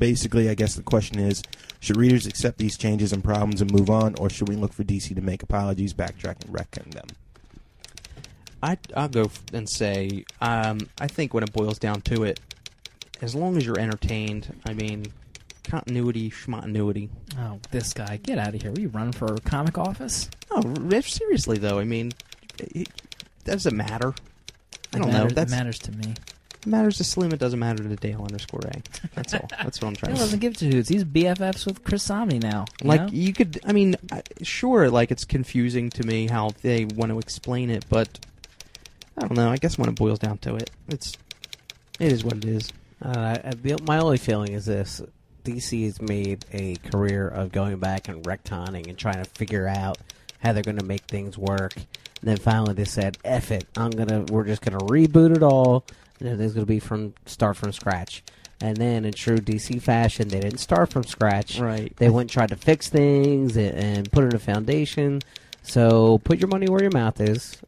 Speaker 5: basically, I guess the question is should readers accept these changes and problems and move on, or should we look for DC to make apologies, backtrack, and reckon them?
Speaker 4: I I'll go f- and say um, I think when it boils down to it, as long as you're entertained, I mean, continuity, schmontinuity.
Speaker 2: Oh, this guy! Get out of here! Will you run for comic office?
Speaker 4: No, r- seriously though, I mean, it, does it matter? I
Speaker 2: It
Speaker 4: don't know.
Speaker 2: matters-
Speaker 4: That's,
Speaker 2: it matters to me.
Speaker 4: it matters to Slim. It doesn't matter to Dale underscore A. That's all. That's what I'm
Speaker 2: He
Speaker 4: trying to say.
Speaker 2: doesn't give two hoots. He's BFFs with Chris Somney now. you
Speaker 4: Like
Speaker 2: know?
Speaker 4: you could, I mean, I- sure. Like it's confusing to me how they want to explain it, but I don't know. I guess when it boils down to it, it's it is what it is.
Speaker 6: I don't know, Uh, I- the- my only feeling is this: DC has made a career of going back and retconning and trying to figure out how they're going to make things work. And then finally, they said, "F it, I'm gonna. We're just gonna reboot it all, and everything's gonna be from start from scratch." And then, in true DC fashion, they didn't start from scratch.
Speaker 4: Right.
Speaker 6: They went and tried to fix things and, and put in a foundation. So put your money where your mouth is,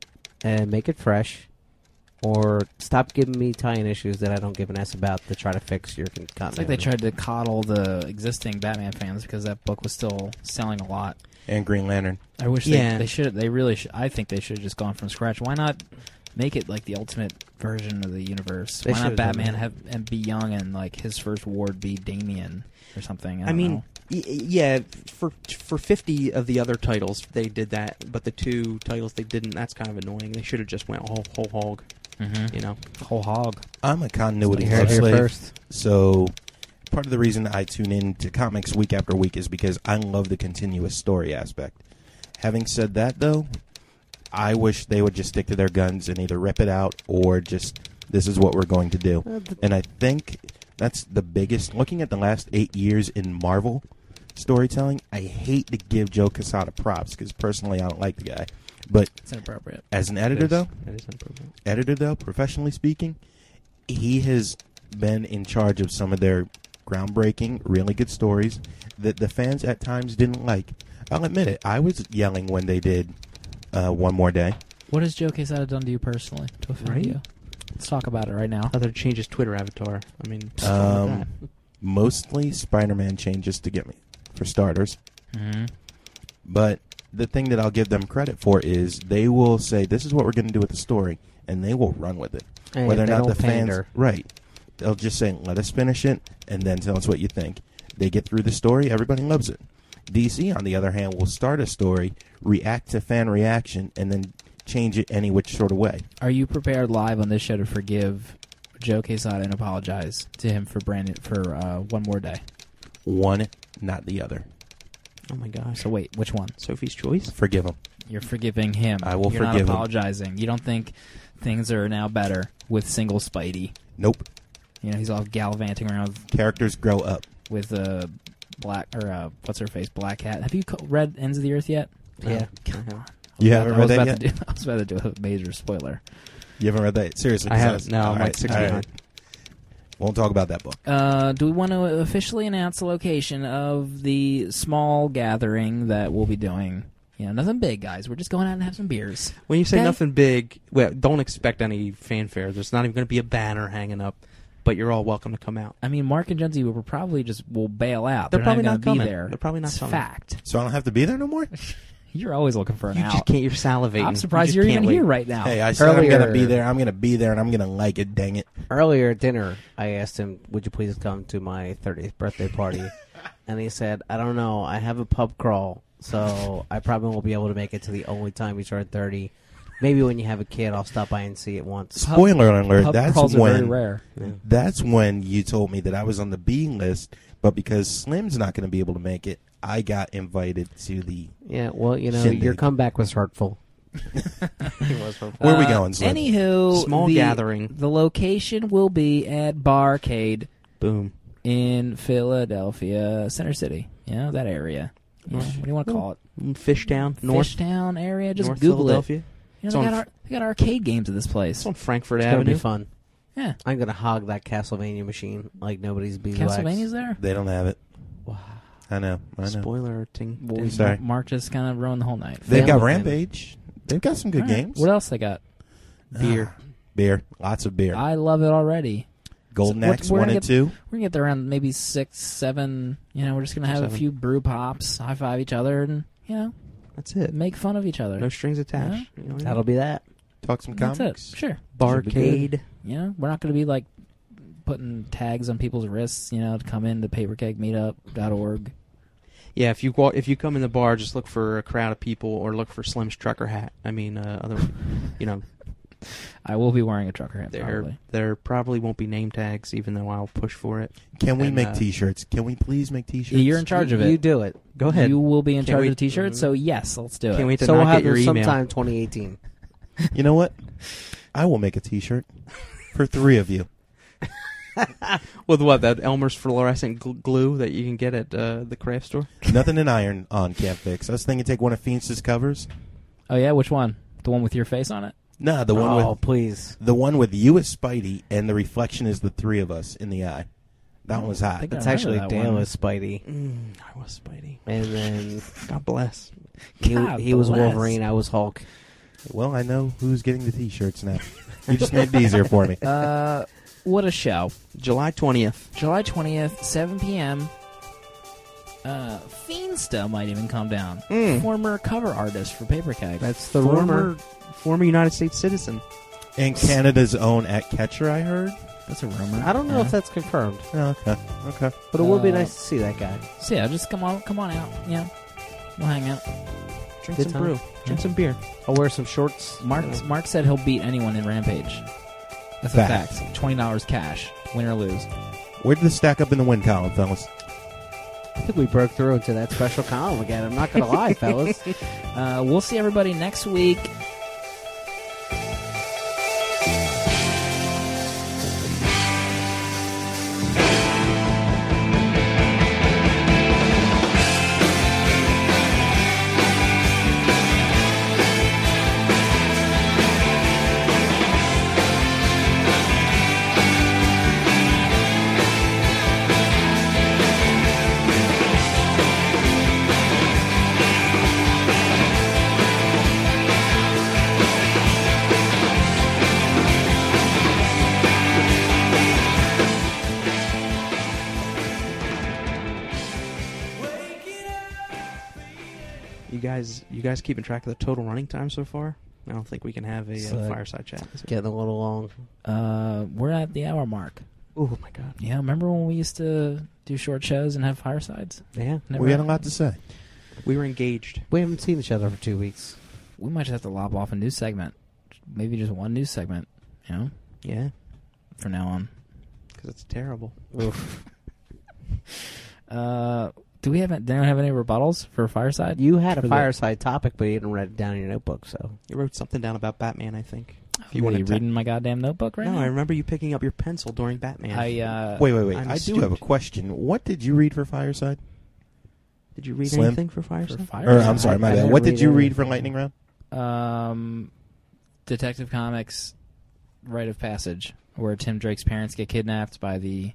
Speaker 6: and make it fresh, Or stop giving me tie-in issues that I don't give an ass about to try to fix your con-
Speaker 2: It's like they tried to coddle the existing Batman fans because that book was still selling a lot.
Speaker 5: and Green Lantern.
Speaker 2: I wish
Speaker 4: Yeah.
Speaker 2: they, they should. They really. Should, I think they should have just gone from scratch. Why not make it like the ultimate version of the universe?
Speaker 6: They
Speaker 2: Why not
Speaker 6: should've done
Speaker 2: Batman
Speaker 6: that.
Speaker 2: have and be young and like his first ward be Damien or something? I,
Speaker 4: I
Speaker 2: don't
Speaker 4: mean,
Speaker 2: know.
Speaker 4: y- y- yeah, for for fifty of the other titles they did that, but the two titles they didn't. That's kind of annoying. They should have just went whole whole hog. You know,
Speaker 2: Mm-hmm. whole hog.
Speaker 5: I'm a continuity
Speaker 6: You heard
Speaker 5: love
Speaker 6: it here
Speaker 5: slave.
Speaker 6: first.
Speaker 5: So part of the reason I tune in to comics week after week is because I love the continuous story aspect. Having said that though, I wish they would just stick to their guns and either rip it out or just this is what we're going to do. And I think that's the biggest looking at the last 8 years in Marvel storytelling, I hate to give Joe Quesada props cuz personally I don't like the guy. But
Speaker 2: It's inappropriate.
Speaker 5: as an
Speaker 4: That
Speaker 5: editor
Speaker 4: is-
Speaker 5: though,
Speaker 4: that is inappropriate.
Speaker 5: editor though, professionally speaking, he has been in charge of some of their groundbreaking, really good stories that the fans at times didn't like. I'll admit it. I was yelling when they did uh, one more day.
Speaker 2: What has Joe Quesada done to you personally to offend
Speaker 4: Right?
Speaker 2: you? Let's talk about it right now.
Speaker 4: Other changes Twitter avatar. I mean, what's wrong with
Speaker 5: Um, mostly Spider-Man changes to get me for starters.
Speaker 2: Mm-hmm.
Speaker 5: But the thing that I'll give them credit for is they will say, "This is what we're going to do with the story," and they will run with it.
Speaker 6: And
Speaker 5: Whether or
Speaker 6: they
Speaker 5: not
Speaker 6: don't
Speaker 5: the fans
Speaker 6: pander.
Speaker 5: right, they'll just say, "Let us finish it," and then tell us what you think. They get through the story; everybody loves it. DC, on the other hand, will start a story, react to fan reaction, and then change it any which sort of way.
Speaker 2: Are you prepared live on this show to forgive Joe Quesada and apologize to him for Brandon for uh, one more day?
Speaker 5: One, not the other.
Speaker 4: that? Oh my gosh,
Speaker 2: So wait, which one?
Speaker 4: Sophie's Choice.
Speaker 5: Forgive them.
Speaker 2: You're forgiving him.
Speaker 5: I will
Speaker 2: You're not
Speaker 5: forgive him.
Speaker 2: apologizing. You don't think things are now better with single Spidey.
Speaker 5: Nope.
Speaker 2: You know, he's all gallivanting around
Speaker 5: Characters grow up.
Speaker 2: with a uh, black or uh, what's her face, Black Hat. Have you co- read Ends of the Earth yet?
Speaker 6: Yeah.
Speaker 4: Uh-huh.
Speaker 5: You
Speaker 2: I
Speaker 5: haven't
Speaker 2: was
Speaker 5: read that
Speaker 2: about
Speaker 5: yet.
Speaker 2: to do- [laughs] I was about to do a major spoiler.
Speaker 5: You haven't read that seriously?
Speaker 4: I
Speaker 5: 'cause
Speaker 4: haven't.
Speaker 5: was-
Speaker 4: No, I'm
Speaker 5: all
Speaker 4: like
Speaker 5: right,
Speaker 4: six
Speaker 5: all right.
Speaker 4: behind.
Speaker 5: Won't talk about that book.
Speaker 2: Uh, do we want to officially announce the location of the small gathering that we'll be doing? You know, nothing big, guys. We're just going out and have some beers.
Speaker 4: When you say
Speaker 2: Okay.
Speaker 4: nothing big, well, don't expect any fanfare. There's not even going to be a banner hanging up, but you're all welcome to come out.
Speaker 2: I mean, Mark and Jonesy will probably just will bail out.
Speaker 4: They're probably
Speaker 2: not,
Speaker 4: not
Speaker 2: gonna
Speaker 4: coming.
Speaker 2: Be there.
Speaker 4: They're probably not
Speaker 2: it's
Speaker 4: coming.
Speaker 2: Fact.
Speaker 5: So I don't have to be there
Speaker 4: [laughs]
Speaker 5: no more.
Speaker 2: You're always looking for an
Speaker 4: You
Speaker 2: out.
Speaker 4: just can't. You're salivating.
Speaker 2: I'm
Speaker 4: You
Speaker 2: surprised
Speaker 4: just
Speaker 2: you're even
Speaker 4: can't wait.
Speaker 2: here right now.
Speaker 5: Hey, I said I'm gonna
Speaker 6: Earlier-
Speaker 5: be there. I'm gonna be there, and I'm gonna like it. Dang it!
Speaker 6: Earlier at dinner, I asked him, "Would you please come to my 30th
Speaker 2: [laughs]
Speaker 6: birthday party?" and he said, "I don't know. I have a pub crawl, so I probably won't be able to make it to the only time you turn 30. Maybe when you have a kid, I'll stop by and see it once."
Speaker 5: Spoiler alert!
Speaker 2: Pub
Speaker 5: that's
Speaker 2: crawls
Speaker 5: when
Speaker 2: are very rare.
Speaker 5: that's when you told me that I was on the B list, but because Slim's not gonna be able to make it, I got invited to the.
Speaker 6: Yeah, well, you know,
Speaker 5: Shindig.
Speaker 6: your comeback was hurtful.
Speaker 5: Where are we
Speaker 2: Uh,
Speaker 5: going, Slim?
Speaker 2: Anywho,
Speaker 4: Small
Speaker 2: the-
Speaker 4: gathering.
Speaker 2: The location will be at Barcade
Speaker 4: [laughs] Boom.
Speaker 2: in Philadelphia, Center City. You know that area. Yeah, what do you want to call it?
Speaker 4: Mm, Fishtown, North,
Speaker 2: Fishtown area. Just
Speaker 4: North
Speaker 2: Google it.
Speaker 4: Philadelphia.
Speaker 2: You
Speaker 4: It's
Speaker 2: know, they,
Speaker 4: on
Speaker 2: got ar- they got arcade games at this place.
Speaker 4: It's on Frankfurt
Speaker 6: It's gonna be
Speaker 4: Avenue.
Speaker 6: fun.
Speaker 2: Yeah,
Speaker 6: I'm gonna hog that Castlevania machine like nobody's beeswax.
Speaker 2: Castlevania's there.
Speaker 5: they don't have it.
Speaker 6: Wow.
Speaker 5: I know. I know.
Speaker 4: Spoiler ting.
Speaker 2: Well,
Speaker 5: we- Sorry.
Speaker 2: Mark just kind of ruined the whole night.
Speaker 5: They've got
Speaker 4: Family Planet.
Speaker 5: Rampage. They've got some good
Speaker 2: All right.
Speaker 5: games.
Speaker 2: What else they got?
Speaker 4: Beer.
Speaker 5: Beer. Lots of beer.
Speaker 2: I love it already.
Speaker 5: Golden
Speaker 2: So what-
Speaker 5: Axe
Speaker 2: we're
Speaker 5: one
Speaker 2: gonna
Speaker 5: and
Speaker 2: get-
Speaker 5: two.
Speaker 2: We're gonna get there around maybe six, seven. You know, we're just gonna have
Speaker 4: Seven.
Speaker 2: a few brew pops, high five each other, and you know,
Speaker 4: That's it.
Speaker 2: make fun of each other.
Speaker 4: No strings attached. You know what I
Speaker 6: That'll be that.
Speaker 5: Talk some
Speaker 2: That's
Speaker 5: comics.
Speaker 2: it. Sure.
Speaker 4: mean? barcade.
Speaker 2: You know, we're not going to be like putting tags on people's wrists. You know, to come in to papercakemeetup.org.
Speaker 4: Yeah, if you walk, if you come in the bar, just look for a crowd of people or look for Slim's trucker hat. I mean, uh,
Speaker 2: [laughs]
Speaker 4: other, you know,
Speaker 2: I will be wearing a trucker hat
Speaker 4: there
Speaker 2: probably.
Speaker 4: there probably won't be name tags, even though I'll push for it.
Speaker 5: Can we
Speaker 4: And,
Speaker 5: make
Speaker 4: uh,
Speaker 5: T-shirts? Can we please make T-shirts?
Speaker 2: You're in charge of it.
Speaker 6: You do it.
Speaker 4: Go ahead.
Speaker 2: You will be in
Speaker 4: Can't
Speaker 2: charge
Speaker 4: wait.
Speaker 2: of the t-shirt. So yes, let's do it.
Speaker 4: Can't wait to
Speaker 6: so
Speaker 4: not
Speaker 6: we'll have
Speaker 4: get your
Speaker 6: them
Speaker 4: email.
Speaker 6: sometime 2018.
Speaker 5: You know what? I will make a T-shirt for three of you.
Speaker 4: With what that Elmer's fluorescent gl- glue that you can get at uh, the craft store.
Speaker 5: [laughs] Nothing in iron on can't fix. I was thinking take one of Phoenix's covers.
Speaker 2: Oh yeah, which one? The one with your face
Speaker 4: [laughs]
Speaker 2: on it.
Speaker 5: Nah, the one
Speaker 6: oh,
Speaker 5: with
Speaker 6: please.
Speaker 5: the one with you as Spidey, and the reflection is the three of us in the eye. That one was
Speaker 2: I
Speaker 5: hot.
Speaker 2: think I
Speaker 6: That's
Speaker 2: remember
Speaker 6: actually
Speaker 2: that
Speaker 6: Dan
Speaker 2: one.
Speaker 6: was Spidey.
Speaker 4: Mm, I was Spidey.
Speaker 2: [laughs]
Speaker 6: And then
Speaker 4: God bless.
Speaker 6: he,
Speaker 2: God
Speaker 6: he was
Speaker 2: bless.
Speaker 6: Wolverine, I was Hulk.
Speaker 5: Well, I know who's getting the T-shirts now. You just made it easier for me.
Speaker 2: Uh, what a show.
Speaker 4: July 20th.
Speaker 2: July 20th, 7 p.m. Uh, Fiendsta might even come down.
Speaker 4: Hmm.
Speaker 2: Former cover artist for Paper Keg.
Speaker 6: That's the
Speaker 4: former,
Speaker 6: rumor.
Speaker 4: former United States citizen.
Speaker 5: And Canada's own at catcher, I heard.
Speaker 2: That's a rumor.
Speaker 6: I don't know
Speaker 2: Yeah.
Speaker 6: if that's confirmed,
Speaker 5: Oh, okay, okay.
Speaker 6: but it would be
Speaker 2: Uh,
Speaker 6: nice to see that guy.
Speaker 2: So yeah, just come on, come on out. Yeah, we'll hang out.
Speaker 4: Drink
Speaker 6: Good
Speaker 4: some
Speaker 6: time.
Speaker 4: brew. Drink
Speaker 2: Yeah.
Speaker 4: some beer.
Speaker 6: I'll wear some shorts.
Speaker 2: Mark Mark said he'll beat anyone in Rampage. That's a
Speaker 5: Fact.
Speaker 2: fact. Twenty dollars cash, win or lose.
Speaker 5: Where did this stack up in the win column, fellas?
Speaker 6: I think we broke through into that special column again. I'm not
Speaker 2: [laughs]
Speaker 6: gonna lie, fellas.
Speaker 2: Uh, we'll see everybody next week.
Speaker 4: You guys, you guys keeping track of the total running time so far? I don't think we can have a uh,
Speaker 6: Suck.
Speaker 4: fireside chat.
Speaker 6: It's getting a little long.
Speaker 2: Uh, we're at the hour mark.
Speaker 4: Oh my god!
Speaker 2: Yeah, remember when we used to do short shows and have firesides?
Speaker 6: Yeah,
Speaker 2: Never
Speaker 5: We had a lot to say.
Speaker 4: We were engaged.
Speaker 6: we haven't seen each other for two weeks.
Speaker 2: We might just have to lop off a new segment. Maybe just one new segment. You know,
Speaker 4: Yeah,
Speaker 2: from now on.
Speaker 4: because it's terrible.
Speaker 2: Uh, do we have? Do anyone have any rebuttals for fireside?
Speaker 6: You had a
Speaker 2: For the-
Speaker 6: fireside topic, but you didn't write it down in your notebook. So
Speaker 4: You wrote something down about Batman, I think. If
Speaker 2: Are you
Speaker 4: you want to
Speaker 2: reading my goddamn notebook right
Speaker 4: no,
Speaker 2: now?
Speaker 4: I remember you picking up your pencil during Batman.
Speaker 2: I uh,
Speaker 5: Wait, wait, wait.
Speaker 4: I'm
Speaker 5: i do
Speaker 4: astute.
Speaker 5: have a question. What did you read for Fireside?
Speaker 4: Did you read
Speaker 5: Slim?
Speaker 4: anything for
Speaker 2: for
Speaker 4: Fireside?
Speaker 5: Or
Speaker 2: fireside.
Speaker 5: I'm sorry, my
Speaker 6: I
Speaker 5: bad.
Speaker 6: didn't
Speaker 5: What did
Speaker 6: read
Speaker 5: you
Speaker 6: any.
Speaker 5: read for Lightning Round?
Speaker 2: Um, Detective Comics, rite of passage, where Tim Drake's parents get kidnapped by the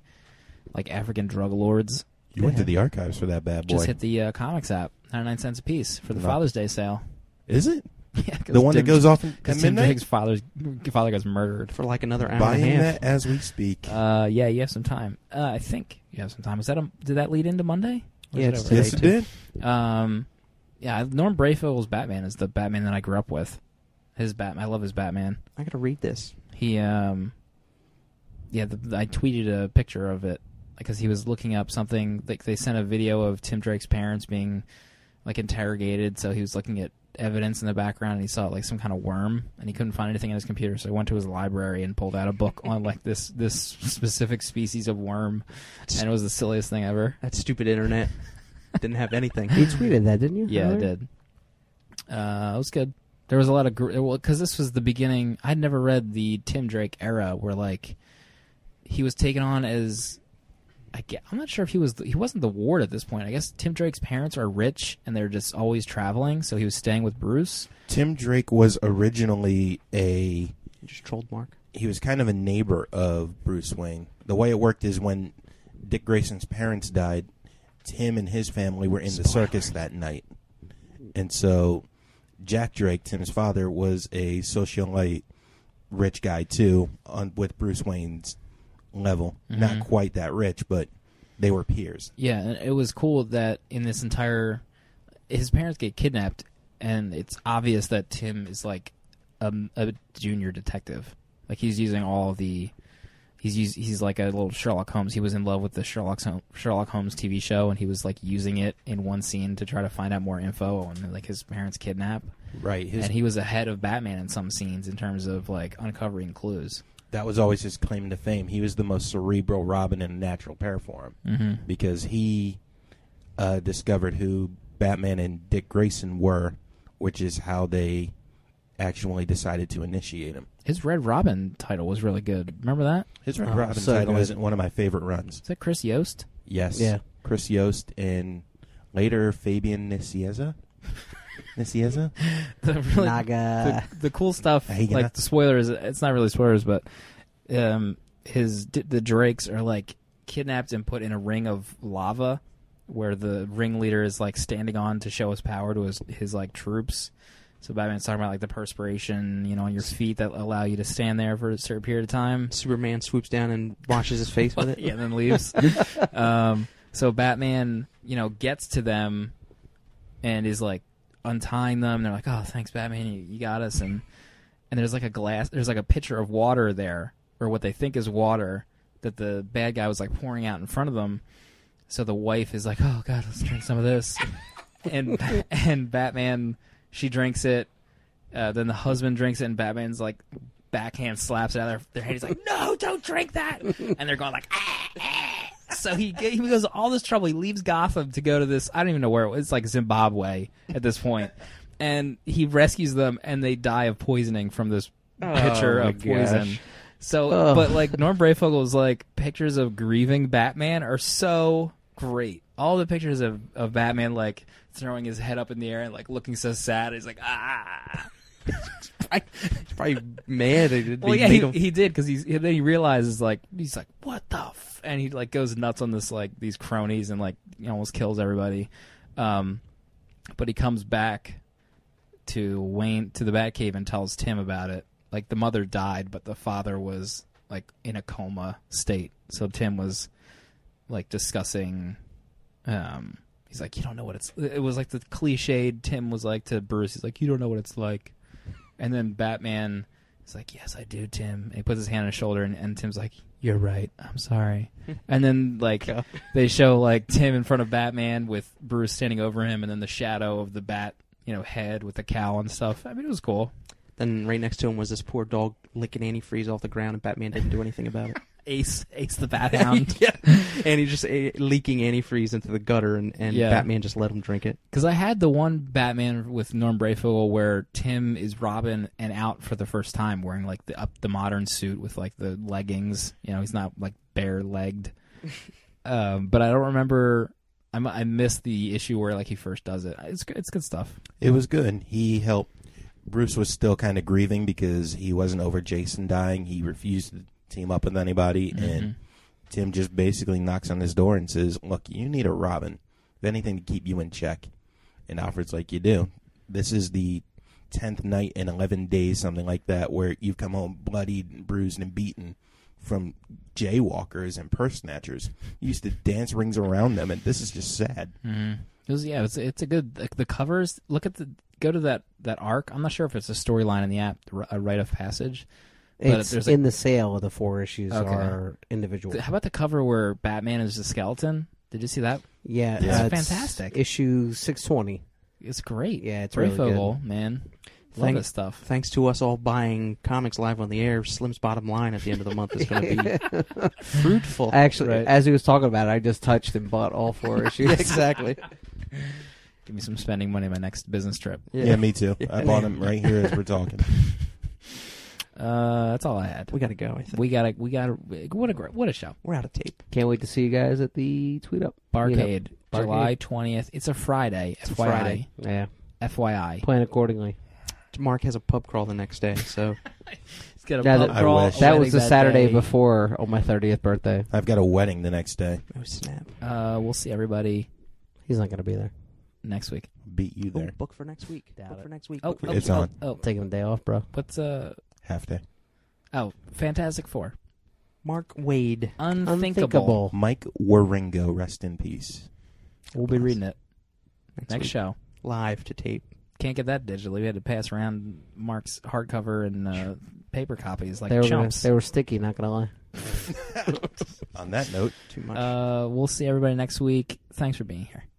Speaker 2: like African drug lords.
Speaker 5: You went to the archives for that bad boy.
Speaker 2: Just hit the uh, comics app, ninety nine cents a piece for the
Speaker 5: No.
Speaker 2: Father's Day sale. [laughs]
Speaker 5: Is it
Speaker 2: yeah, 'cause
Speaker 5: the one that
Speaker 2: Tim-
Speaker 5: goes off in- at
Speaker 2: 'cause Tim Drake's
Speaker 5: midnight?
Speaker 2: father's father gets murdered.
Speaker 4: For like another hour and a
Speaker 5: Buying
Speaker 4: half.
Speaker 5: that as we speak.
Speaker 2: Uh, yeah, you have some time. Uh, I think you have some time. Is that a, did that lead into Monday? Or is
Speaker 6: Yeah,
Speaker 2: it
Speaker 6: it's
Speaker 2: over?
Speaker 5: yes, it did.
Speaker 4: Uh,
Speaker 2: Um, yeah, Norm Brayfield's Batman is the Batman that I grew up with. His Batman, I love his Batman.
Speaker 4: I gotta read this.
Speaker 2: He, um, yeah, the, I tweeted a picture of it because he was looking up something. Like they sent a video of Tim Drake's parents being like interrogated, so he was looking at evidence in the background and he saw like some kind of worm and he couldn't find anything on his computer so he went to his library and pulled out a book on like this this [laughs] specific species of worm and it was the silliest thing ever
Speaker 4: That stupid internet didn't have anything.
Speaker 6: you tweeted that, didn't you?
Speaker 2: yeah, I
Speaker 6: earlier?
Speaker 2: did. Uh, it was good. There was a lot of because well 'cause this was the beginning. I'd never read the Tim Drake era where like he was taken on as I get. I'm not sure if he was the, he wasn't the ward at this point. I guess Tim Drake's parents are rich and they're just always traveling, so he was staying with Bruce.
Speaker 5: Tim Drake was originally a
Speaker 4: You just trolled Mark.
Speaker 5: he was kind of a neighbor of Bruce Wayne. The way it worked is when Dick Grayson's parents died, Tim and his family were in the circus that night. And so Jack Drake, Tim's father, was a socialite rich guy too, on with Bruce Wayne's level.
Speaker 4: Mm-hmm.
Speaker 5: Not quite that rich, but they were peers.
Speaker 2: Yeah, and it was cool that in this entire his parents get kidnapped and it's obvious that Tim is like a, a junior detective. Like he's using all the he's use, he's like a little Sherlock Holmes. He was in love with the Sherlock Hol- Sherlock Holmes TV show and he was like using it in one scene to try to find out more info on like his parents kidnap.
Speaker 5: Right. His,
Speaker 2: and he was ahead of Batman in some scenes in terms of like uncovering clues.
Speaker 5: that was always his claim to fame. He was the most cerebral Robin in a natural pair form because he uh, discovered who Batman and Dick Grayson were, which is how they actually decided to initiate him.
Speaker 2: His Red Robin title was really good. Remember that?
Speaker 5: His
Speaker 6: Oh,
Speaker 5: Robin
Speaker 6: so
Speaker 5: title
Speaker 6: good.
Speaker 5: isn't one of my favorite runs.
Speaker 2: Is that Chris Yost?
Speaker 5: Yes.
Speaker 6: Yeah.
Speaker 5: Chris Yost and later Fabian Nicieza.
Speaker 2: [laughs]
Speaker 5: Nicieza?
Speaker 2: The really
Speaker 6: Naga.
Speaker 2: the, the cool stuff
Speaker 5: Hey, you know.
Speaker 2: like the spoilers it's not really spoilers but um his the drakes are like kidnapped and put in a ring of lava where the ringleader is like standing on to show his power to his his like troops So Batman's talking about like the perspiration, you know, on your feet that allow you to stand there for a certain period of time.
Speaker 4: Superman swoops down and washes his face with
Speaker 2: [laughs]
Speaker 4: it.
Speaker 2: yeah, and then
Speaker 4: [laughs]
Speaker 2: leaves. um, so Batman, you know, gets to them and is like untying them. They're like, "Oh, thanks, Batman, you, you got us." And and there's like a glass, there's like a pitcher of water there, or what they think is water that the bad guy was like pouring out in front of them. So the wife is like, "Oh God, let's drink some of
Speaker 4: [laughs]
Speaker 2: this," and and Batman, she drinks it. Uh, then the husband drinks it, and Batman's like backhand slaps it out of their, their head. He's like, "No, don't drink that!" And they're going like, ah, ah. "So he g- he goes all this trouble. He leaves Gotham to go to this. I don't even know where it was. It's like Zimbabwe at this point, and he rescues them, and they die of poisoning from this pitcher
Speaker 8: Oh my
Speaker 2: of poison."
Speaker 8: gosh.
Speaker 2: So,
Speaker 8: Ugh.
Speaker 2: but like Norm Brayfogel's like pictures of grieving Batman are so great. All the pictures of, of Batman like throwing his head up in the air and like looking so sad. He's like ah.
Speaker 4: He's probably mad. They did
Speaker 2: Well, yeah, he, he did because he's he- then he realizes like he's like what the f and he like goes nuts on this like these cronies and like he almost kills everybody, um, but he comes back to Wayne to the Batcave and tells Tim about it. Like the mother died, but the father was like in a coma state, so Tim was like discussing. Um, he's like, you don't know what it's. It was like the cliched Tim was like to Bruce. He's like, you don't know what it's like. And then Batman is like, "Yes, I do, Tim." And he puts his hand on his shoulder, and, and Tim's like, "You're right. I'm sorry." and then like they show like Tim in front of Batman with Bruce standing over him, and then the shadow of the bat, you know, head with the cow and stuff. I mean, it was cool.
Speaker 4: Then right next to him was this poor dog licking antifreeze off the ground, and Batman didn't do anything about it.
Speaker 2: Ace, Ace the Bat Hound.
Speaker 4: yeah, and he just uh, leaking antifreeze into the gutter, and, and
Speaker 2: Yeah.
Speaker 4: Batman just let him drink it.
Speaker 2: Because I had the one Batman with Norm Brayfogle where Tim is Robin and out for the first time, wearing like the up the modern suit with like the leggings. You know, he's not like bare legged. um, but I don't remember. I, mi- I missed the issue where like he first does it. It's good. It's good stuff.
Speaker 5: It was good. He helped. Bruce was still kind of grieving because he wasn't over Jason dying. He refused to team up with anybody,
Speaker 2: Mm-hmm.
Speaker 6: Mm-hmm.
Speaker 5: and Tim just basically knocks on his door and says, "Look, you need a Robin, if anything to keep you in check." And Alfred's like, "You do. This is the tenth night in eleven days, something like that, where you've come home bloodied, and bruised, and beaten." From jaywalkers and purse snatchers, you used to dance rings around them, and this is just sad.
Speaker 2: Mm-hmm. It was yeah. It's it's a good the, the covers. Look at the go to that that arc. I'm not sure if it's a storyline in the app, r- a rite of passage. But
Speaker 6: It's
Speaker 2: there's a-
Speaker 6: in the sale of the four issues
Speaker 2: Okay.
Speaker 6: are individual.
Speaker 2: How about the cover where Batman is the skeleton? Did you see that?
Speaker 6: Yeah,
Speaker 5: It's
Speaker 6: uh,
Speaker 2: fantastic.
Speaker 6: Issue six twenty.
Speaker 2: It's great.
Speaker 6: Yeah, it's really
Speaker 2: Brayfogle, man. Love
Speaker 4: Thank-
Speaker 2: this stuff.
Speaker 4: Thanks to us all buying comics live on the air, Slim's bottom line at the end of the month is going to be fruitful.
Speaker 6: Actually,
Speaker 2: Right.
Speaker 6: as he was talking about it, I just touched and bought all
Speaker 2: [laughs]
Speaker 6: four issues.
Speaker 4: exactly.
Speaker 2: Give me some spending money on my next business trip.
Speaker 5: Yeah, me too. I bought him right here as we're [laughs] talking.
Speaker 2: Uh, that's all I had.
Speaker 4: We got to go. I think
Speaker 2: We gotta, we gotta. What a great, what a show!
Speaker 4: we're out of tape.
Speaker 6: Can't wait to see you guys at the tweet up
Speaker 2: Barcade,
Speaker 6: Barcade.
Speaker 2: July twentieth. It's a Friday. FYI,
Speaker 4: Friday.
Speaker 6: Yeah,
Speaker 2: FYI.
Speaker 6: plan accordingly.
Speaker 4: Mark has a pub crawl the next day, so
Speaker 2: It's got a
Speaker 6: Now
Speaker 2: pub
Speaker 6: that-
Speaker 5: I
Speaker 2: crawl,
Speaker 5: wish.
Speaker 2: a
Speaker 6: That
Speaker 2: wedding
Speaker 6: was the Saturday
Speaker 2: day.
Speaker 6: before on my thirtieth birthday.
Speaker 5: I've got a wedding the next day.
Speaker 4: oh snap.
Speaker 2: Uh, we'll see everybody
Speaker 6: He's not gonna be there.
Speaker 2: next week.
Speaker 5: Beat you
Speaker 4: Oh,
Speaker 5: there.
Speaker 4: book for next week.
Speaker 6: Doubt
Speaker 4: book
Speaker 6: it.
Speaker 4: for next week.
Speaker 2: Oh,
Speaker 4: book for
Speaker 2: oh,
Speaker 5: It's
Speaker 2: oh,
Speaker 5: on.
Speaker 2: Oh,
Speaker 6: Taking a day off, bro.
Speaker 2: what's uh?
Speaker 5: Half day.
Speaker 2: Oh, Fantastic Four.
Speaker 4: Mark Wade.
Speaker 2: Unthinkable.
Speaker 6: Unthinkable.
Speaker 5: Mike Waringo, rest in [laughs] peace.
Speaker 2: We'll be reading it
Speaker 4: Next,
Speaker 2: next
Speaker 4: week.
Speaker 2: show.
Speaker 4: Live to tape.
Speaker 2: Can't get that digitally. We had to pass around Mark's hardcover and uh, paper copies like
Speaker 6: they were gonna-
Speaker 2: chumps.
Speaker 6: they were sticky. Not gonna lie.
Speaker 5: On that note,
Speaker 4: Too much.
Speaker 2: Uh, we'll see everybody next week. Thanks for being here.